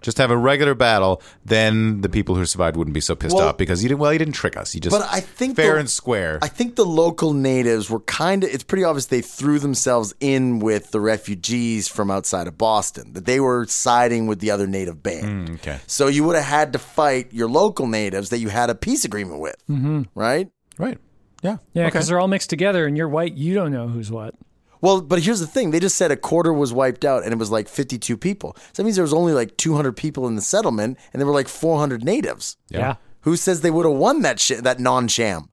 Just have a regular battle, then the people who survived wouldn't be so pissed
Well-
off because he didn't. Well, he didn't trick us. He just
But I think
fair
the-
and square.
I think the local natives were kind of, it's pretty obvious they threw themselves in with the refugees from outside of Boston, that they were siding with the other native band.
Hmm, okay.
So you would have had to fight your local natives that you had a peace agreement with, mm-hmm. right?
Right. Yeah.
yeah, because they're all mixed together and you're white, you don't know who's what.
Well, but here's the thing they just said a quarter was wiped out and it was like 52 people. So that means there was only like 200 people in the settlement and there were like 400 natives.
Yeah.
Who says they would have won that sh- that non sham?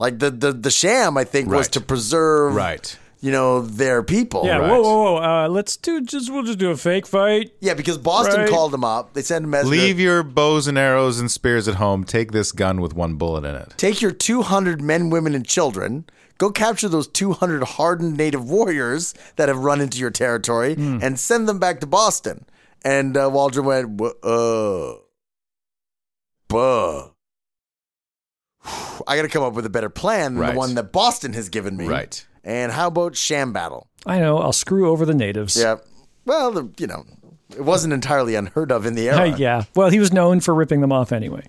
Like the, the, the sham, I think, was
Right.
to preserve
Right.
you know, their people.
Yeah,
Right.
whoa, whoa, whoa! Uh, let's do just we'll just do a fake fight.
Yeah, because Boston
Right.
called them up. They sent a message.
Leave your bows and arrows and spears at home. Take this gun with one bullet in it.
Take your 200 men, women, and children. Go capture those 200 hardened native warriors that have run into your territory and send them back to Boston. And uh, Waldron went, "Wha- uh, buh. I got to come up with a better plan than
Right.
the one that Boston has given me.
Right.
And how about sham battle?
I know. I'll screw over the natives.
Yeah. Well, the, you know, it wasn't entirely unheard of in the
Uh,
era.
yeah. Well, he was known for ripping them off anyway.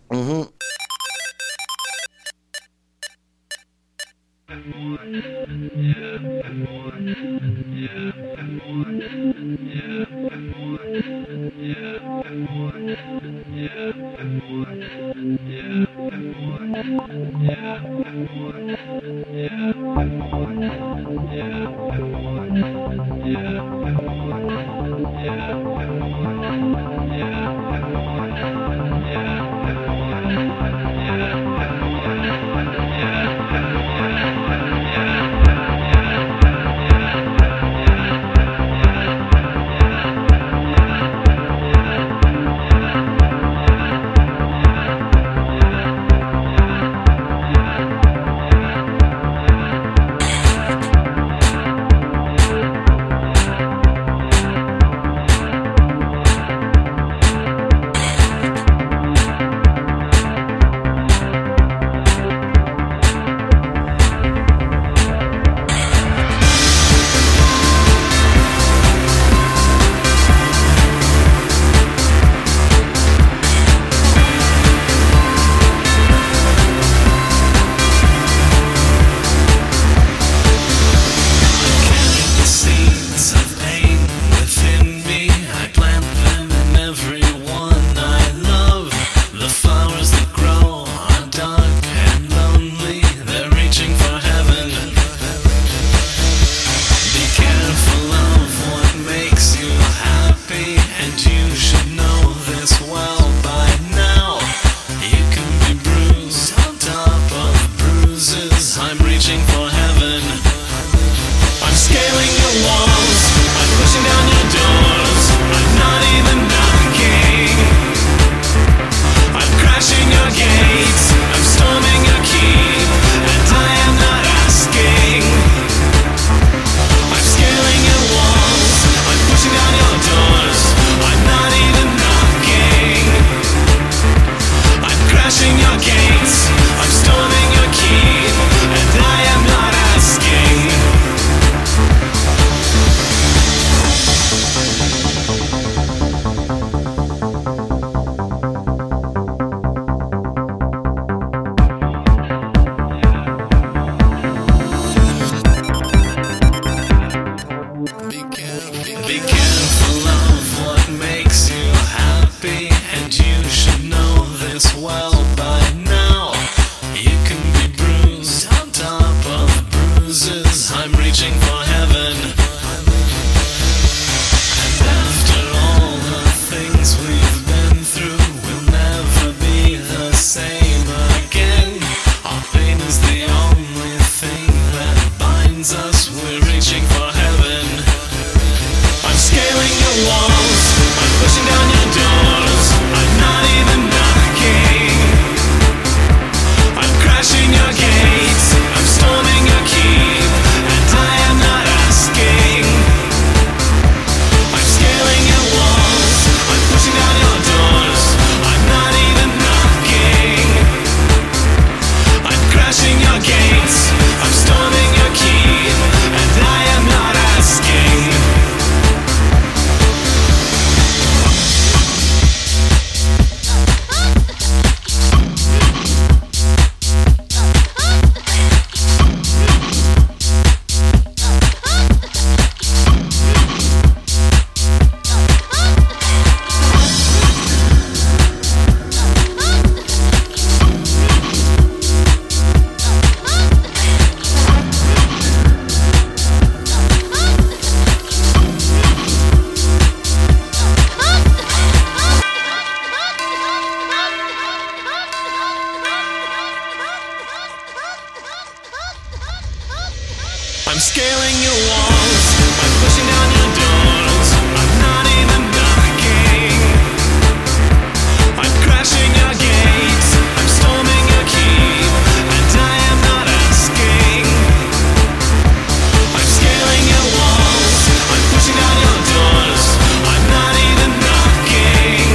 I'm scaling your walls. I'm pushing down your doors. I'm not even knocking. I'm crashing your gates. I'm storming your keep. And I am not asking. I'm scaling your walls. I'm pushing down your doors. I'm not even knocking.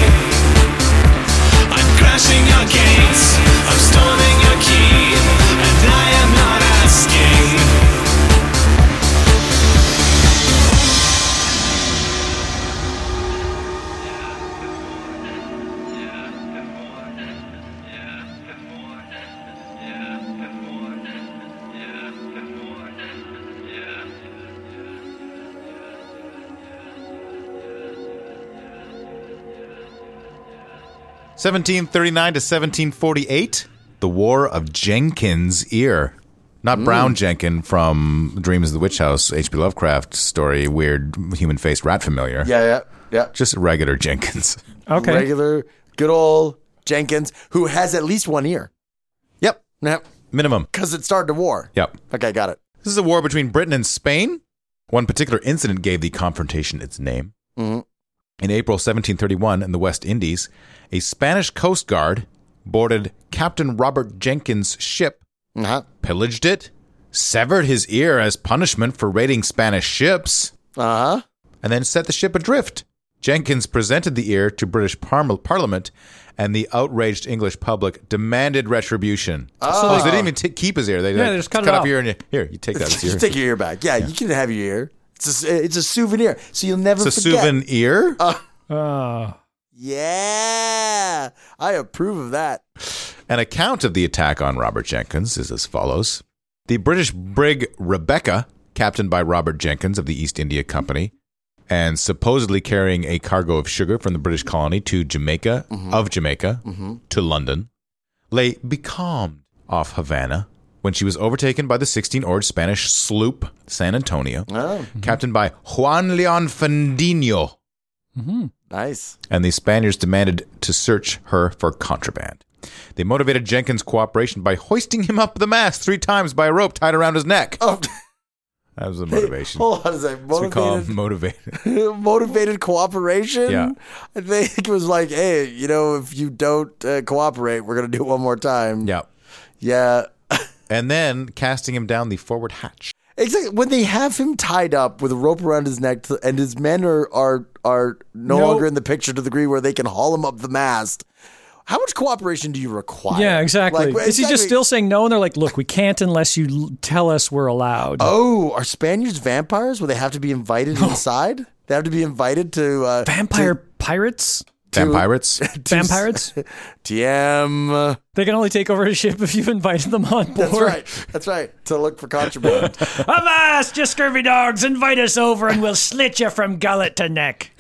I'm crashing your gates. I'm storming your keep. And I am not asking.
Seventeen thirty-nine to seventeen forty-eight. The War of Jenkins' Ear. Not Brown Jenkin from Dreams of the Witch House, H.P. Lovecraft story, weird human-faced rat familiar.
Yeah, yeah, yeah.
Just regular Jenkins.
Okay.
Regular, good old Jenkins, who has at least one ear.
Yep.
Now,
Minimum.
because it started a war.
Yep.
Okay, got it.
This is a war between Britain and Spain. One particular incident gave the confrontation its name.
Mhm.
In April 1731, in the West Indies, a Spanish coast guard boarded Captain Robert Jenkins' ship,
Uh-huh.
pillaged it, severed his ear as punishment for raiding Spanish ships,
Uh-huh.
and then set the ship adrift. Jenkins presented the ear to British parma- Parliament, and the outraged English public demanded retribution. Oh, so they didn't even t- keep his ear. They,
Yeah,
like,
they just cut it
cut off
off.
your ear. And you, here, you take that. It's
You
your-
take your ear back. Yeah, you can have your ear. It's a, it's a souvenir, so you'll never
It's a
forget.
souvenir.
Uh,
Yeah, I approve of that.
An account of the attack on Robert Jenkins is as follows The British brig Rebecca, captained by Robert Jenkins of the East India Company, and supposedly carrying a cargo of sugar from the British colony to Jamaica, of Jamaica, to London, lay becalmed off Havana when she was overtaken by the 16 oared Spanish sloop San Antonio,
Oh,
captained by Juan Leon Fandino,
nice.
and the Spaniards demanded to search her for contraband. They motivated Jenkins' cooperation by hoisting him up the mast three times by a rope tied around his neck.
Oh,
That was the motivation.
hold on a second.
That's what we call
Motivated,
motivated.
motivated cooperation.
Yeah.
I think it was like, hey, you know, if you don't uh, cooperate, we're gonna do it one more time.
yeah.
Yeah.
And then casting him down the forward hatch.
Exactly. When they have him tied up with a rope around his neck, to, and his men are are are no
No.
longer in the picture to the degree where they can haul him up the mast. How much cooperation do you require?
yeah, exactly.
Like,
Is he just
exactly.
still saying no? And they're like, look, we can't unless you l- tell us we're allowed.
Oh, are Spaniards vampires? Will they have to be invited inside? They have to be invited to uh,
Vampire pirates?
Vampirates.
Vampires?
TM.
they can only take over a ship if you've invited them on board.
That's right. That's right. To look for contraband.
Avast, you scurvy dogs, invite us over and we'll slit you from gullet to neck.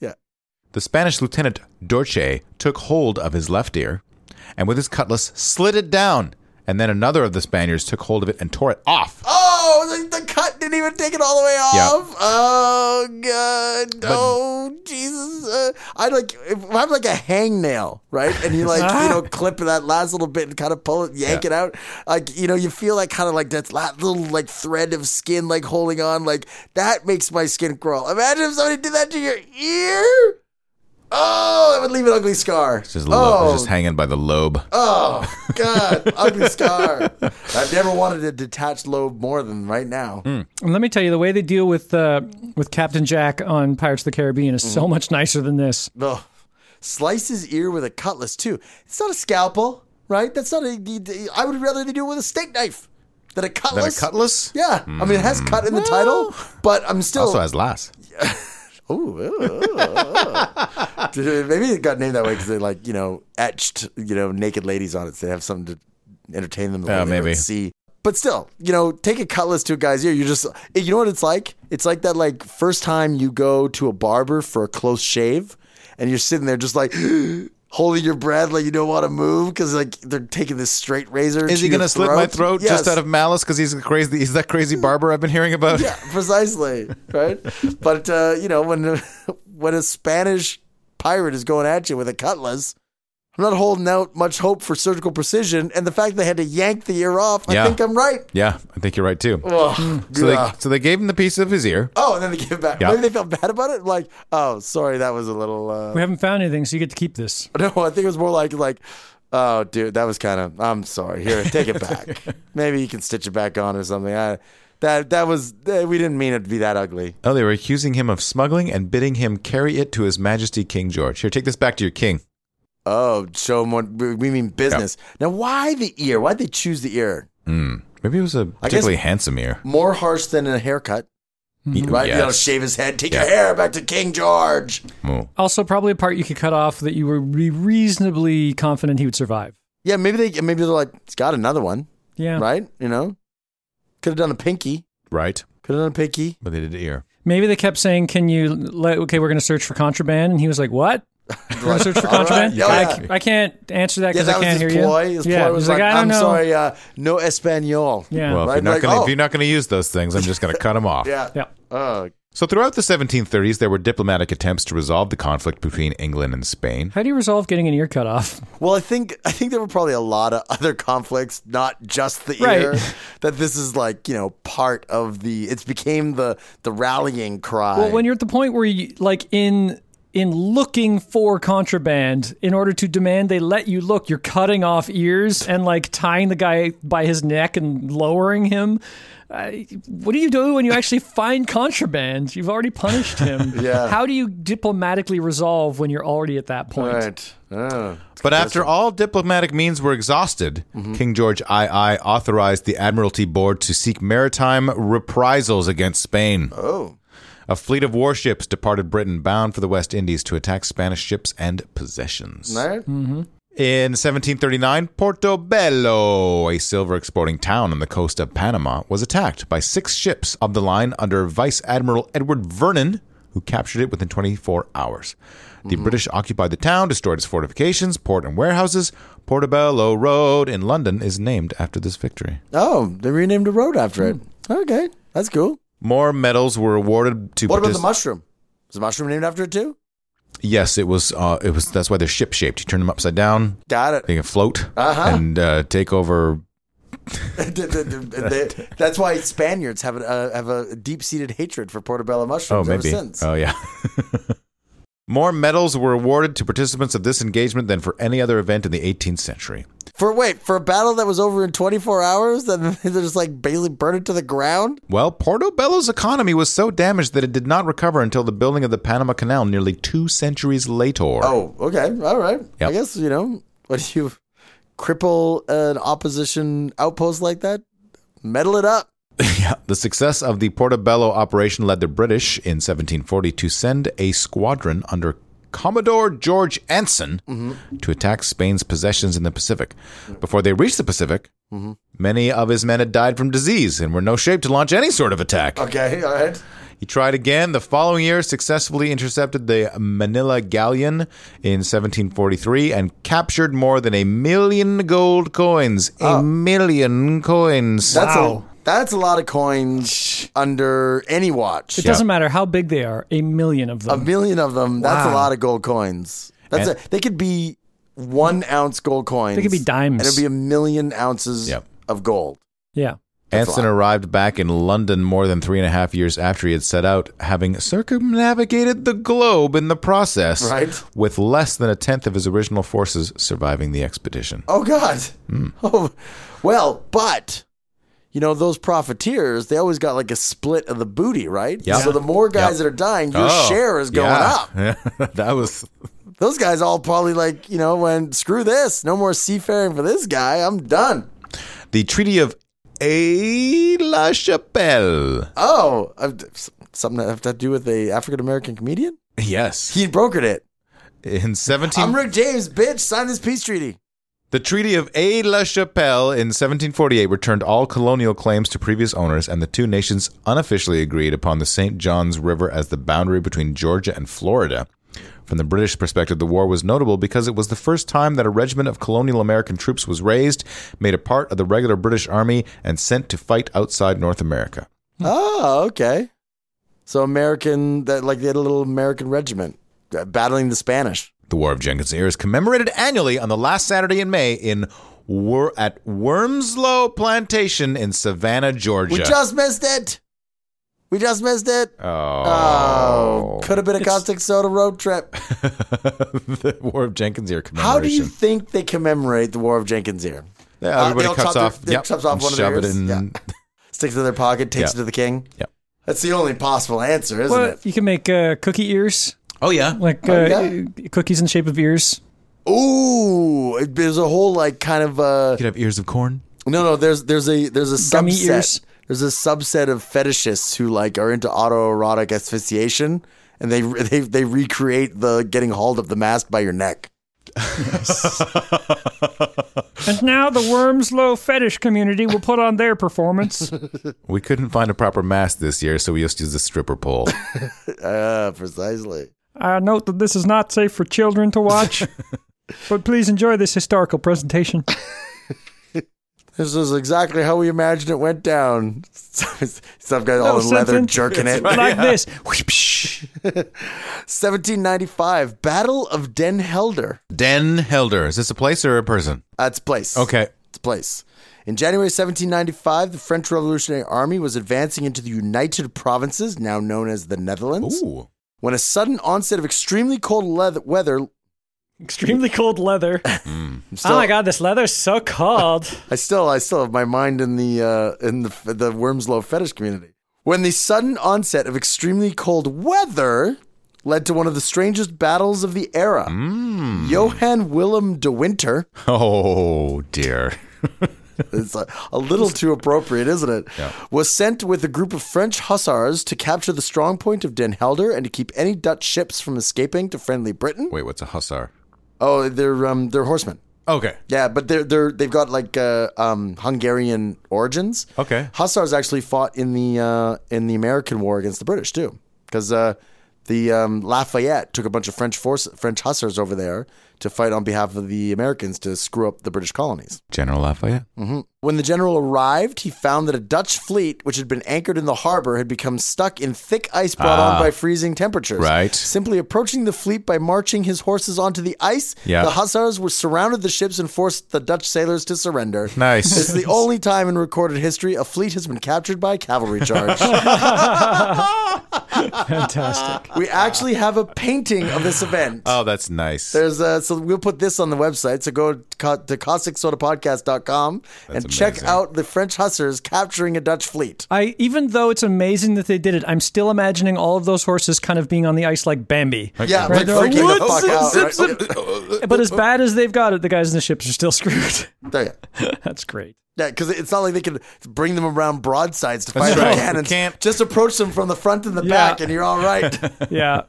yeah.
the Spanish lieutenant Dorche took hold of his left ear and with his cutlass slid it down. And then another of the Spaniards took hold of it and tore it off.
Oh, the, the cut didn't even take it all the way off. Oh god. oh Jesus. Uh, I like if I'm like a hangnail, right? And you like you know clip that last little bit and kind of pull it, yank
Yeah.
it out. Like you know you feel like kind of like that la- little like thread of skin like holding on. Like that makes my skin crawl. Imagine if somebody did that to your ear. Oh, that would leave an ugly scar.
Just, a little-
oh,
just hanging by the lobe.
oh, God, ugly scar. I've never wanted a detached lobe more than right now.
And let me tell you, the way they deal with uh, with Captain Jack on Pirates of the Caribbean is
Mm-hmm.
so much nicer than this.
Ugh. Slice his ear with a cutlass too. It's not a scalpel, right? That's not a. the- the- I would rather they do it with a steak knife than a
Then a
cutlass.
cutlass?
Yeah, I mean it has cut in the title, but I'm still.
Also has lass.
Ooh, ooh, ooh. Maybe it got named that way because they like you know etched you know naked ladies on it. So they have something to entertain them.
Yeah,
while they don't
maybe.
see. But still, you know, take a cutlass to a guy's ear. You just, eh, you know what it's like? It's like that, like first time you go to a barber for a close shave, and you're sitting there just like holding your breath, like you don't want to move because like they're taking this straight razor.
Is he
going to
gonna slit my throat just out of malice because he's a crazy? He's that crazy barber I've been hearing about.
Hmm. yeah, precisely, right? but uh, you know, when when a Spanish pirate is going at you with a cutlass, I'm not holding out much hope for surgical precision, and the fact they had to yank the ear off,
Yeah.
I think I'm right.
Yeah, I think you're right too. so,
Yeah.
they, so they gave him the piece of his ear.
Oh, and then they give it back.
Yeah.
Maybe they felt bad about it. Like, oh, sorry, that was a little. Uh,
We haven't found anything, so you get to keep this.
No, I think it was more like like, oh, dude, that was kind of. I'm sorry. Here, take it back. Maybe you can stitch it back on or something. I, that that was eh, we didn't mean it to be that ugly.
Oh, they were accusing him of smuggling and bidding him carry it to His Majesty King George. Here, take this back to your king.
Oh, show them what we mean business. Now, why the ear? Why'd they choose the ear?
Maybe it was a
guess-
particularly handsome ear.
More harsh than a haircut, Hmm. right? You know,
Mm, Yes.
shave his head, take
Yeah.
your hair back to King George.
Oh.
Also, probably a part you could cut off that you were re- reasonably confident he would survive.
Yeah, maybe they maybe they're like, it's got another one,
Yeah.
right? You know, could have done a pinky,
Right,
could have done a pinky.
but they did ear.
Maybe they kept saying, "Can you let? Okay, we're going to search for contraband," and he was like, "What? We're going to search for
All right.
contraband?
Yeah,
I,
yeah.
c- I can't answer that
Yeah,
because
that
I
was
can't
his
hear
ploy.
you."
His
yeah,
ploy
he's
was
like,
like,
"I don't
I'm
know."
sorry, uh, no Espanol.
Yeah.
Well, if
Right,
you're not
like,
gonna
oh.
if you're not gonna use those things, I'm just gonna cut them off.
Yeah.
Yeah.
Oh,
So throughout the 1730s, there were diplomatic attempts to resolve the conflict between England and Spain.
How do you resolve getting an ear cut off?
well, I think I think there were probably a lot of other conflicts, not just the
Right.
ear. That this is like you know part of the. It's became the the rallying cry.
Well, when you're at the point where you like in in looking for contraband in order to demand they let you look, you're cutting off ears and like tying the guy by his neck and lowering him. I what do you do when you actually find contraband? You've already punished him.
Yeah.
How do you diplomatically resolve when you're already at that point?
right. Oh.
But after all diplomatic means were exhausted, King George II authorized the Admiralty Board to seek maritime reprisals against Spain.
Oh.
A fleet of warships departed Britain bound for the West Indies to attack Spanish ships and possessions.
All right.
In 1739, Portobello, a silver exporting town on the coast of Panama, was attacked by six ships of the line under Vice Admiral Edward Vernon, who captured it within 24 hours. The
Mm-hmm.
British occupied the town, destroyed its fortifications, port, and warehouses. Portobello Road in London is named after this victory.
Oh, they renamed a road after it.
Hmm.
Okay, that's cool.
More medals were awarded to.
What about the
partic-
mushroom? Is the mushroom named after it too?
Yes, it was. Uh, it was. That's why they're ship shaped. You turn them upside down,
Got
they
it.
can float
Uh-huh.
and uh, take over
They- they- they- they- that's why Spaniards have a uh, have a deep seated hatred for portobello mushrooms ever since.
Oh yeah. More medals were awarded to participants of this engagement than for any other event in the 18th century.
For wait, for a battle that was over in 24 hours, then they're just like basically burned it to the ground?
Well, Portobello's economy was so damaged that it did not recover until the building of the Panama Canal nearly two centuries later.
Oh, okay. All right.
Yep.
I guess, you know, what do you cripple an opposition outpost like that? Metal it up.
The success of the Portobello operation led the British in 1740 to send a squadron under Commodore George Anson to attack Spain's possessions in the Pacific. Before they reached the Pacific, many of his men had died from disease and were in no shape to launch any sort of attack.
Okay. All right.
He tried again the following year, successfully intercepted the Manila galleon in 1743 and captured more than a million gold coins. A million coins.
Ah. That's a that's a lot of coins under any watch.
It doesn't matter how big they are, a million of
A
them.
million of them. That's a
Wow.
lot of gold coins. That's
And-
a, they could be one ounce gold coins.
They could be dimes.
And it'd be a million ounces
Yep.
of gold.
yeah.
Anson arrived back in London more than three and a half years after he had set out, having circumnavigated the globe in the process,
Right.
with less than a tenth of his original forces surviving the expedition.
Oh God.
Hmm.
Oh, well, but you know those profiteers, they always got like a split of the booty, right?
Yeah.
So the more guys
Yep.
that are dying, your
Oh,
share is going up.
yeah. up. that was
Those guys all probably like, you know, when screw this, no more seafaring for this guy. I'm done.
the Treaty of Aix la Chapelle.
Oh, I've, something that have to do with a African American comedian?
Yes,
He brokered it.
in 17
I'm Rick James, bitch. Sign this peace treaty.
The Treaty of Aix la Chapelle in 1748 returned all colonial claims to previous owners, and the two nations unofficially agreed upon the St. John's River as the boundary between Georgia and Florida. From the British perspective, the war was notable because it was the first time that a regiment of colonial American troops was raised, made a part of the regular British Army, and sent to fight outside North America.
Oh, okay. So American, that like they had a little American regiment uh, battling the Spanish.
The War of Jenkinsear is commemorated annually on the last Saturday in May in Wor- at Wormslow Plantation in Savannah, Georgia.
We just missed it. We just missed it.
oh,
Could have been a caustic soda road trip.
the War of Jenkinsear commemoration.
How do you think they commemorate the War of Jenkins here?
Yeah,
Uh,
everybody
they'll
cuts
chop
off.
their- they chops off
and
one of their
shove it
ears.
in-
Yeah. Sticks it in their pocket, takes it
Yeah.
to the king.
Yep.
That's the only possible answer, isn't
Well,
it?
you can make uh, cookie ears,
Oh yeah.
like uh, cookies in the shape of ears.
Ooh, it, there's a whole like kind of uh,
you could have ears of corn.
no, no. There's there's a there's a
Gummy
subset.
ears.
There's a subset of fetishists who like are into autoerotic asphyxiation, and they they they recreate the getting hauled up the mast by your neck.
And now the Wormslow fetish community will put on their performance.
We couldn't find a proper mask this year, so we just used a stripper pole.
Uh, precisely.
I note that this is not safe for children to watch, but please enjoy this historical presentation.
This is exactly how we imagined it went down. Some guy all
No
in leather
sentence.
jerking it.
like this.
1795, Battle of Den Helder.
Den Helder. Is this a place or a person?
That's place.
Okay.
It's place. In January 1795, the French Revolutionary Army was advancing into the United Provinces, now known as the Netherlands,
Ooh.
when a sudden onset of extremely cold leather- weather.
Extremely cold leather.
I'm Mm. still-
oh my god, this leather's so cold.
I still, I still have my mind in the uh, in the the Wormslow fetish community. When the sudden onset of extremely cold weather led to one of the strangest battles of the era, Johann Willem de Winter.
Oh dear.
It's a, a little too appropriate, isn't it? Was sent with a group of French hussars to capture the strong point of Den Helder and to keep any Dutch ships from escaping to friendly Britain.
Wait, what's a hussar?
Oh, they're um, they're horsemen.
Okay.
Yeah, but they're they're they've got like uh, um, Hungarian origins.
Okay.
Hussars actually fought in the uh, in the American War against the British too, because uh, the um, Lafayette took a bunch of French force French hussars over there to fight on behalf of the Americans to screw up the British colonies.
General Lafayette.
Mm. When the general arrived, he found that a Dutch fleet, which had been anchored in the harbor, had become stuck in thick ice brought on by freezing temperatures.
Ah. Right.
Simply approaching the fleet by marching his horses onto the ice,
Yeah.
the hussars were surrounded the ships and forced the Dutch sailors to surrender. It's
Nice.
the only time in recorded history a fleet has been captured by a cavalry charge.
Fantastic.
we actually have a painting of this event.
oh, that's nice.
There's uh, so we'll put this on the website. So go to ca- to causticsodapodcast.com and check
amazing.
out the French hussars capturing a Dutch fleet.
I even though it's amazing that they did it, I'm still imagining all of those horses kind of being on the ice like Bambi.
Yeah,
Right,
like
they're like,
freaking the
"What?
fuck
Zip,
out.
zip,
right?
But as bad as they've got it, the guys in the ships are still screwed.
There you go.
That's great.
Yeah, because it's not like they can bring them around broadsides to fire
That's
their
right.
cannons.
You can't.
Just approach them from the front and the
Yeah.
back, and you're all right.
Yeah.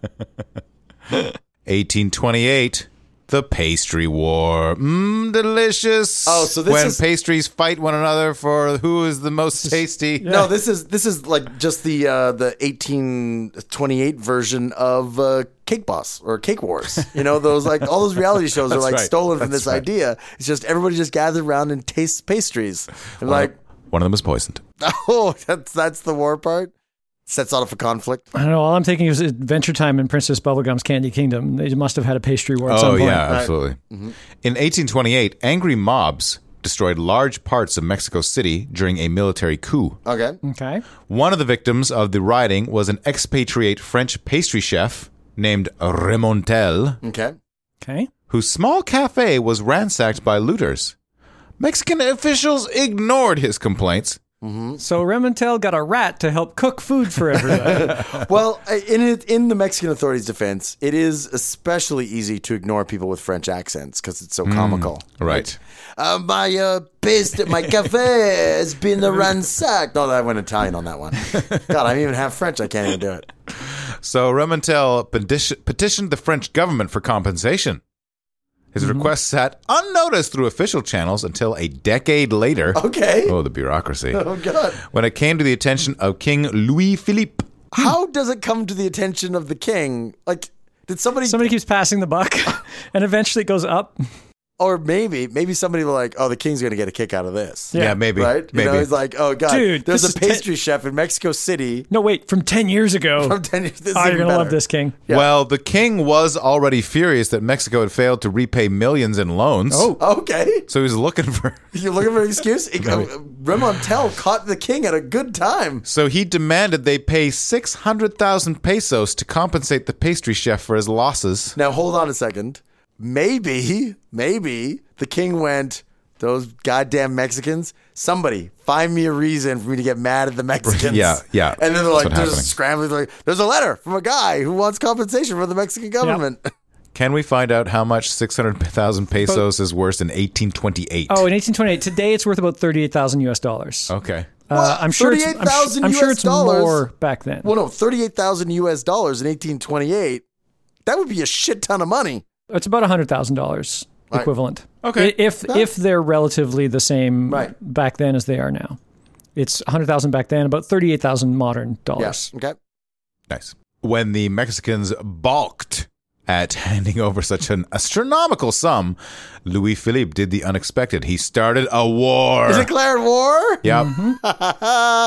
1828. The Pastry War. Mmm, delicious.
Oh, so this
when
is-
pastries fight one another for who is the most tasty.
No, this is this is like just the uh, the 1828 version of uh, Cake Boss or Cake Wars. You know those like all those reality shows are
That's
like
right.
stolen from
That's
this
right.
idea. It's just everybody just gathers around and tastes pastries. And like,
One of them is poisoned.
oh, that's that's the war part. Sets off a conflict.
I don't know. All I'm thinking is Adventure Time and Princess Bubblegum's Candy Kingdom. They must have had a pastry war at some
Oh
point.
yeah, absolutely.
Mm-hmm.
In 1828, angry mobs destroyed large parts of Mexico City during a military coup.
Okay.
Okay.
One of the victims of the rioting was an expatriate French pastry chef named Remontel,
Okay.
Okay.
whose small cafe was ransacked by looters. Mexican officials ignored his complaints.
So Remontel got a rat to help cook food for everybody.
Well, in it, in the Mexican authorities' defense, it is especially easy to ignore people with French accents because it's so comical.
Right.
Uh, my uh, paste, my cafe has been ransacked. No, I went Italian on that one. God, I'm even half French. I can't even do it.
So Remontel petition- petitioned the French government for compensation. His
Mm-hmm.
request sat unnoticed through official channels until a decade later.
Okay.
Oh, the bureaucracy.
Oh God.
When it came to the attention of King Louis Philippe,
How does it come to the attention of the king? Like, did somebody?
Somebody keeps passing the buck, and eventually it goes up.
Or maybe, maybe somebody will like, oh, the king's going to get a kick out of this.
Yeah,
Yeah.
maybe.
Right?
Maybe.
You know, he's like, oh, God,
Dude,
there's
this
a
is ten-
pastry chef in Mexico City
No, wait, from 10 years ago.
from 10 years. This is
oh, you're
even
going to love
better.
this, King.
Yeah.
Well, the king was already furious that Mexico had failed to repay millions in loans.
Oh.
Okay.
So he was looking for.
You're looking for an excuse? Uh, Remontel caught the king at a good time.
So he demanded they pay 600,000 pesos to compensate the pastry chef for his losses.
Now, hold on a second. Maybe, maybe the king went, those goddamn Mexicans, somebody find me a reason for me to get mad at the Mexicans.
Yeah, yeah.
And then they're
That's
like,
what's
they're
happening.
just scrambling. They're like, there's a letter from a guy who wants compensation from the Mexican government.
Can we find out how much 600,000 pesos is worth in 1828?
Oh, in 1828. Today it's worth about 38,000 US dollars.
okay.
Uh, I'm sure it's, I'm, su-
38,000
I'm sure
US
it's
dollars?
more back then.
Well, no, 38,000 US dollars in 1828. That would be a shit ton of money.
It's about $100,000
Right.
equivalent.
Okay.
I- If if they're relatively the same
Right.
back then as they are now. It's 100,000 back then, about 38,000 modern dollars.
Yes. Okay.
Nice. When the Mexicans balked at handing over such an astronomical sum, Louis Philippe did the unexpected. He started a war.
Is it Mm-hmm. declared war?
Yep.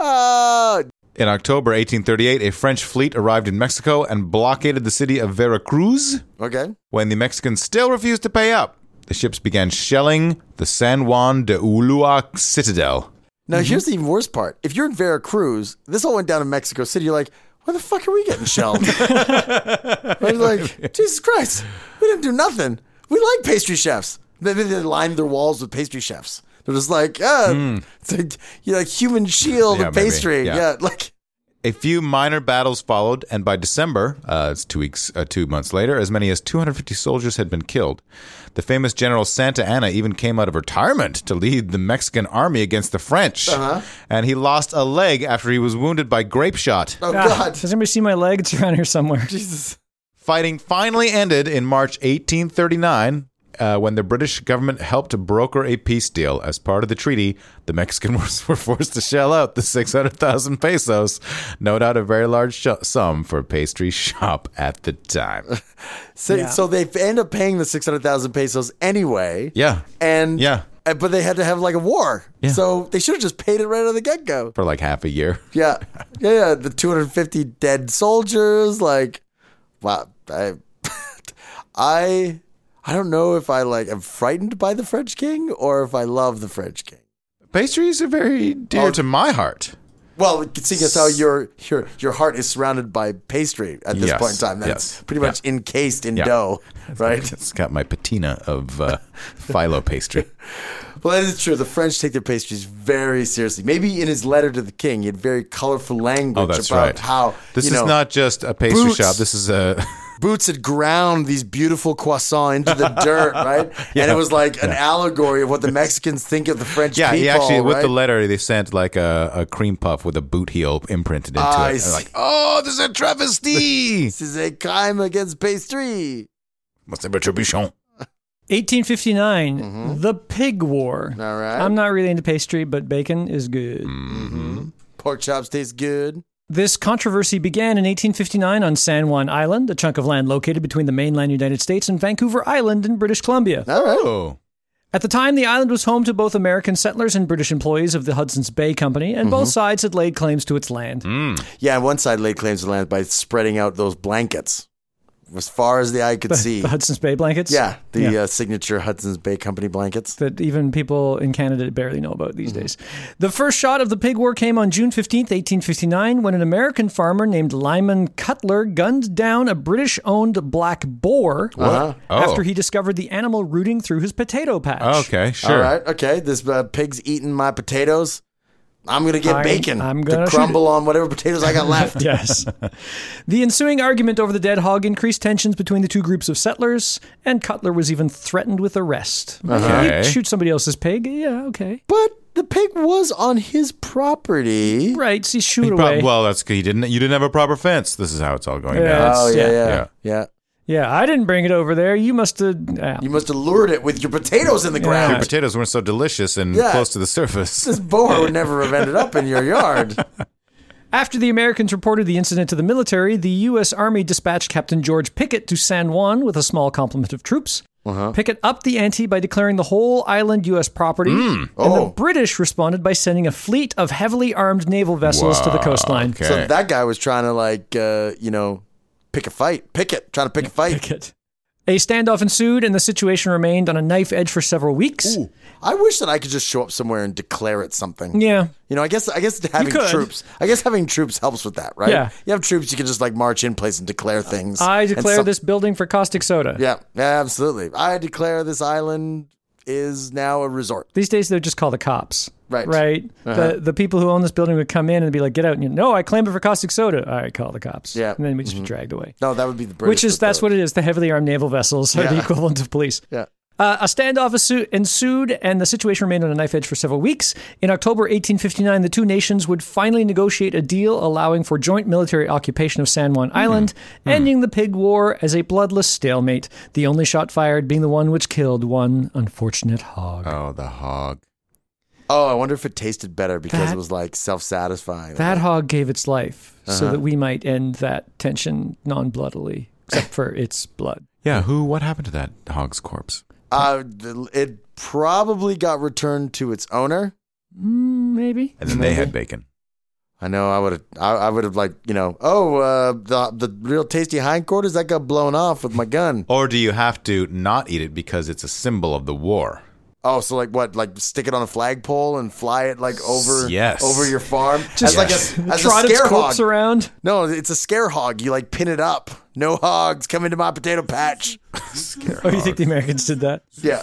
uh,
In October 1838, a French fleet arrived in Mexico and blockaded the city of Veracruz.
okay.
When the Mexicans still refused to pay up, the ships began shelling the San Juan de Ulua citadel.
Now,
Mm-hmm.
here's the even worse part. If you're in Veracruz, this all went down in Mexico City. You're like, why the fuck are we getting shelled? I was like, Jesus Christ, we didn't do nothing. We like pastry chefs. They, they, they lined their walls with pastry chefs. They're just like, ah, it's like, you're like human shield
Mm. Yeah,
of
maybe.
pastry.
Yeah.
yeah, like,
A few minor battles followed, and by December, uh, it's two weeks, uh, two months later, as many as 250 soldiers had been killed. The famous General Santa Anna even came out of retirement to lead the Mexican army against the French, and he lost a leg after he was wounded by grape shot.
oh
Ah,
God.
Does anybody see my leg? It's around here somewhere.
Jesus.
Fighting finally ended in March 1839 uh, when the British government helped broker a peace deal. As part of the treaty, the Mexicans were forced to shell out the 600,000 pesos, no doubt a very large sh- sum for a pastry shop at the time.
So, so they end up paying the 600,000 pesos anyway.
Yeah.
And
Yeah.
uh, but they had to have like a war. So they should have just paid it right out of the get go.
For like half a year.
Yeah. yeah, yeah. The 250 dead soldiers. Like, wow. I, I, I don't know if I like am frightened by the French king or if I love the French king.
Pastries are very dear
Oh.
to my heart.
Well, seeing as how your your your heart is surrounded by pastry at this
Yes,
point in time, that's
yes,
pretty much encased in
Yeah.
dough, right?
It's got my patina of uh, phyllo pastry.
Well, that is true. The French take their pastries very seriously. Maybe in his letter to the king, he had very colorful language
Oh, that's
about
right.
how
This
you
is
know,
not just a pastry
boots.
shop. This is a.
Boots had ground these beautiful croissants into the dirt, right? And it was like an allegory of what the Mexicans think of the French
Yeah,
people.
he actually with
right?
the letter they sent like a, a cream puff with a boot heel imprinted into
I
it. And
see.
like, oh, this is a travesty.
This is a crime against pastry.
Must have retribution.
1859, the Pig War.
Mm-hmm. All right.
I'm not really into pastry, but bacon is good.
Pork chops taste good.
This controversy began in 1859 on San Juan Island, a chunk of land located between the mainland United States and Vancouver Island in British Columbia.
All right.
Oh,
At the time, the island was home to both American settlers and British employees of the Hudson's Bay Company, and both sides had laid claims to its land.
Yeah, one side laid claims to land by spreading out those blankets as far as the eye could see.
The Hudson's Bay blankets?
yeah, the Uh, signature Hudson's Bay Company blankets.
that even people in Canada barely know about these days. The first shot of the pig war came on June 15th, 1859, when an American farmer named Lyman Cutler gunned down a British owned black boar
Uh-huh.
Oh.
after he discovered the animal rooting through his potato patch.
okay, sure.
All right, okay. This uh, pig's eating my potatoes. I'm gonna get
I'm-
bacon
I'm
to
gonna shoot
crumble on whatever potatoes I got left.
Yes. the ensuing argument over the dead hog increased tensions between the two groups of settlers, and Cutler was even threatened with arrest.
Okay.
You'd shoot somebody else's pig? Yeah, okay.
But the pig was on his property.
Right, so you shoot
He prob-
away.
well, that's good. You didn't. You didn't have a proper fence. This is how it's all going down.
Yeah.
Oh yeah,
Yeah.
yeah, yeah.
Yeah.
yeah, I didn't bring it over there. You must have. yeah.
You must have lured it with your potatoes in the
Your
ground.
potatoes weren't so delicious and
Yeah.
close to the surface.
This boar would never have ended up in your yard.
After the Americans reported the incident to the military, the U.S. Army dispatched Captain George Pickett to San Juan with a small complement of troops.
Uh-huh.
Pickett upped the ante by declaring the whole island U.S. property,
Mm.
and
Oh.
the British responded by sending a fleet of heavily armed naval vessels to the coastline.
Okay.
So that guy was trying to like, uh, you know, pick a fight, pick it, trying to pick a fight.
Pickett. A standoff ensued, and the situation remained on a knife edge for several weeks.
I wish that I could just show up somewhere and declare it something.
Yeah,
You know, I guess I guess having
could.
troops, I guess having troops helps with that, right?
Yeah.
You have troops, you can just like march in place and declare things.
I
and
declare
some-
this building for caustic soda.
Yeah, yeah, absolutely. I declare this island is now a resort.
These days they would just call the cops.
Right. Uh-huh.
Right. The the people who own this building would come in and be like, "Get out!" And you no, I claim it for caustic soda. All right, call the cops.
Yeah. Mm-hmm.
And then we just be dragged away.
No, that would be the British.
Which is that's
prefer.
what it is. The heavily armed naval vessels are the
Yeah.
equivalent of police.
Yeah.
Uh, a standoff ensu- ensued, and the situation remained on a knife edge for several weeks. In October 1859, the two nations would finally negotiate a deal allowing for joint military occupation of San Juan Island, ending the Pig War as a bloodless stalemate. The only shot fired being the one which killed one unfortunate hog.
Oh, the hog.
Oh, I wonder if it tasted better because
That-
it was like self-satisfying.
That hog gave its life so that we might end that tension non bloodily, except for its blood.
Yeah, who? What happened to that hog's corpse?
Uh, th- it probably got returned to its owner.
Mm, Maybe.
And then they had bacon.
I know. I would have. I, I would have like you know. Oh, uh, the the real tasty hindquarters that got blown off with my gun.
Or do you have to not eat it because it's a symbol of the war?
Oh, so like what? Like stick it on a flagpole and fly it like over
Yes.
over your farm.
Just
as like a, as a
trot its
scare
corpse
hog.
around.
No, it's a scare hog. You like pin it up. No hogs come into my potato patch.
Oh, you think the Americans did that?
Yeah.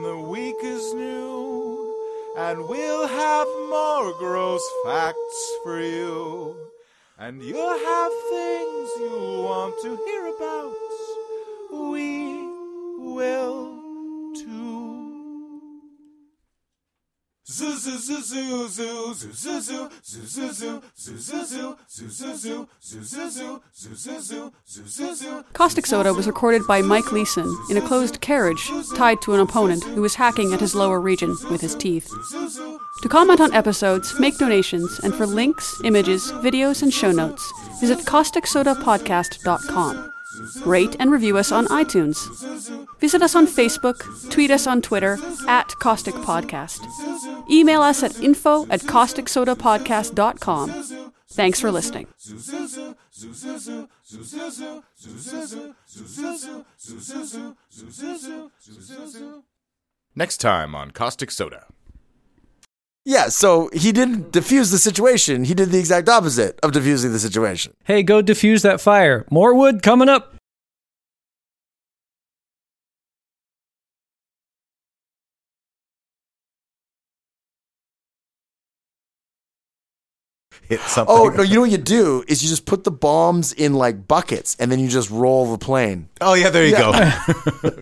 the week is new. And we'll have more gross facts for you. And you'll have things you'll want to hear about. We will too. Zoo zoo zoo zoo zoo zoo zoo zoo zoo zoo zoo zoo zoo zoo zoo zoo zoo zoo zoo zoo zoo zoo zoo zoo
Caustic Soda was recorded by Mike Leeson in a closed carriage tied to an opponent who was hacking at his lower region with his teeth. To comment on episodes, make donations, and for links, images, videos, and show notes, visit causticsodapodcast.com. Rate and review us on iTunes. Visit us on Facebook, tweet us on Twitter, at Caustic Podcast. Email us at info at causticsodapodcast.com. Thanks for listening.
Next time on Caustic Soda.
Yeah. So he didn't diffuse the situation. He did the exact opposite of diffusing the situation.
Hey, go defuse that fire. More wood coming up.
Hit something.
Oh no! You know what you do is you just put the bombs in like buckets and then you just roll the plane.
Oh, yeah, there you go.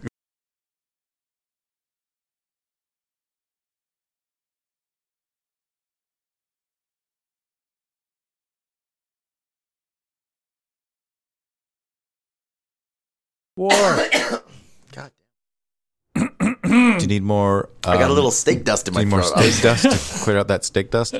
War.
God.
do you need more?
I got a
um,
little steak dust in
Do you
my
need more
throat. I was-
steak dust to clear out that steak dust?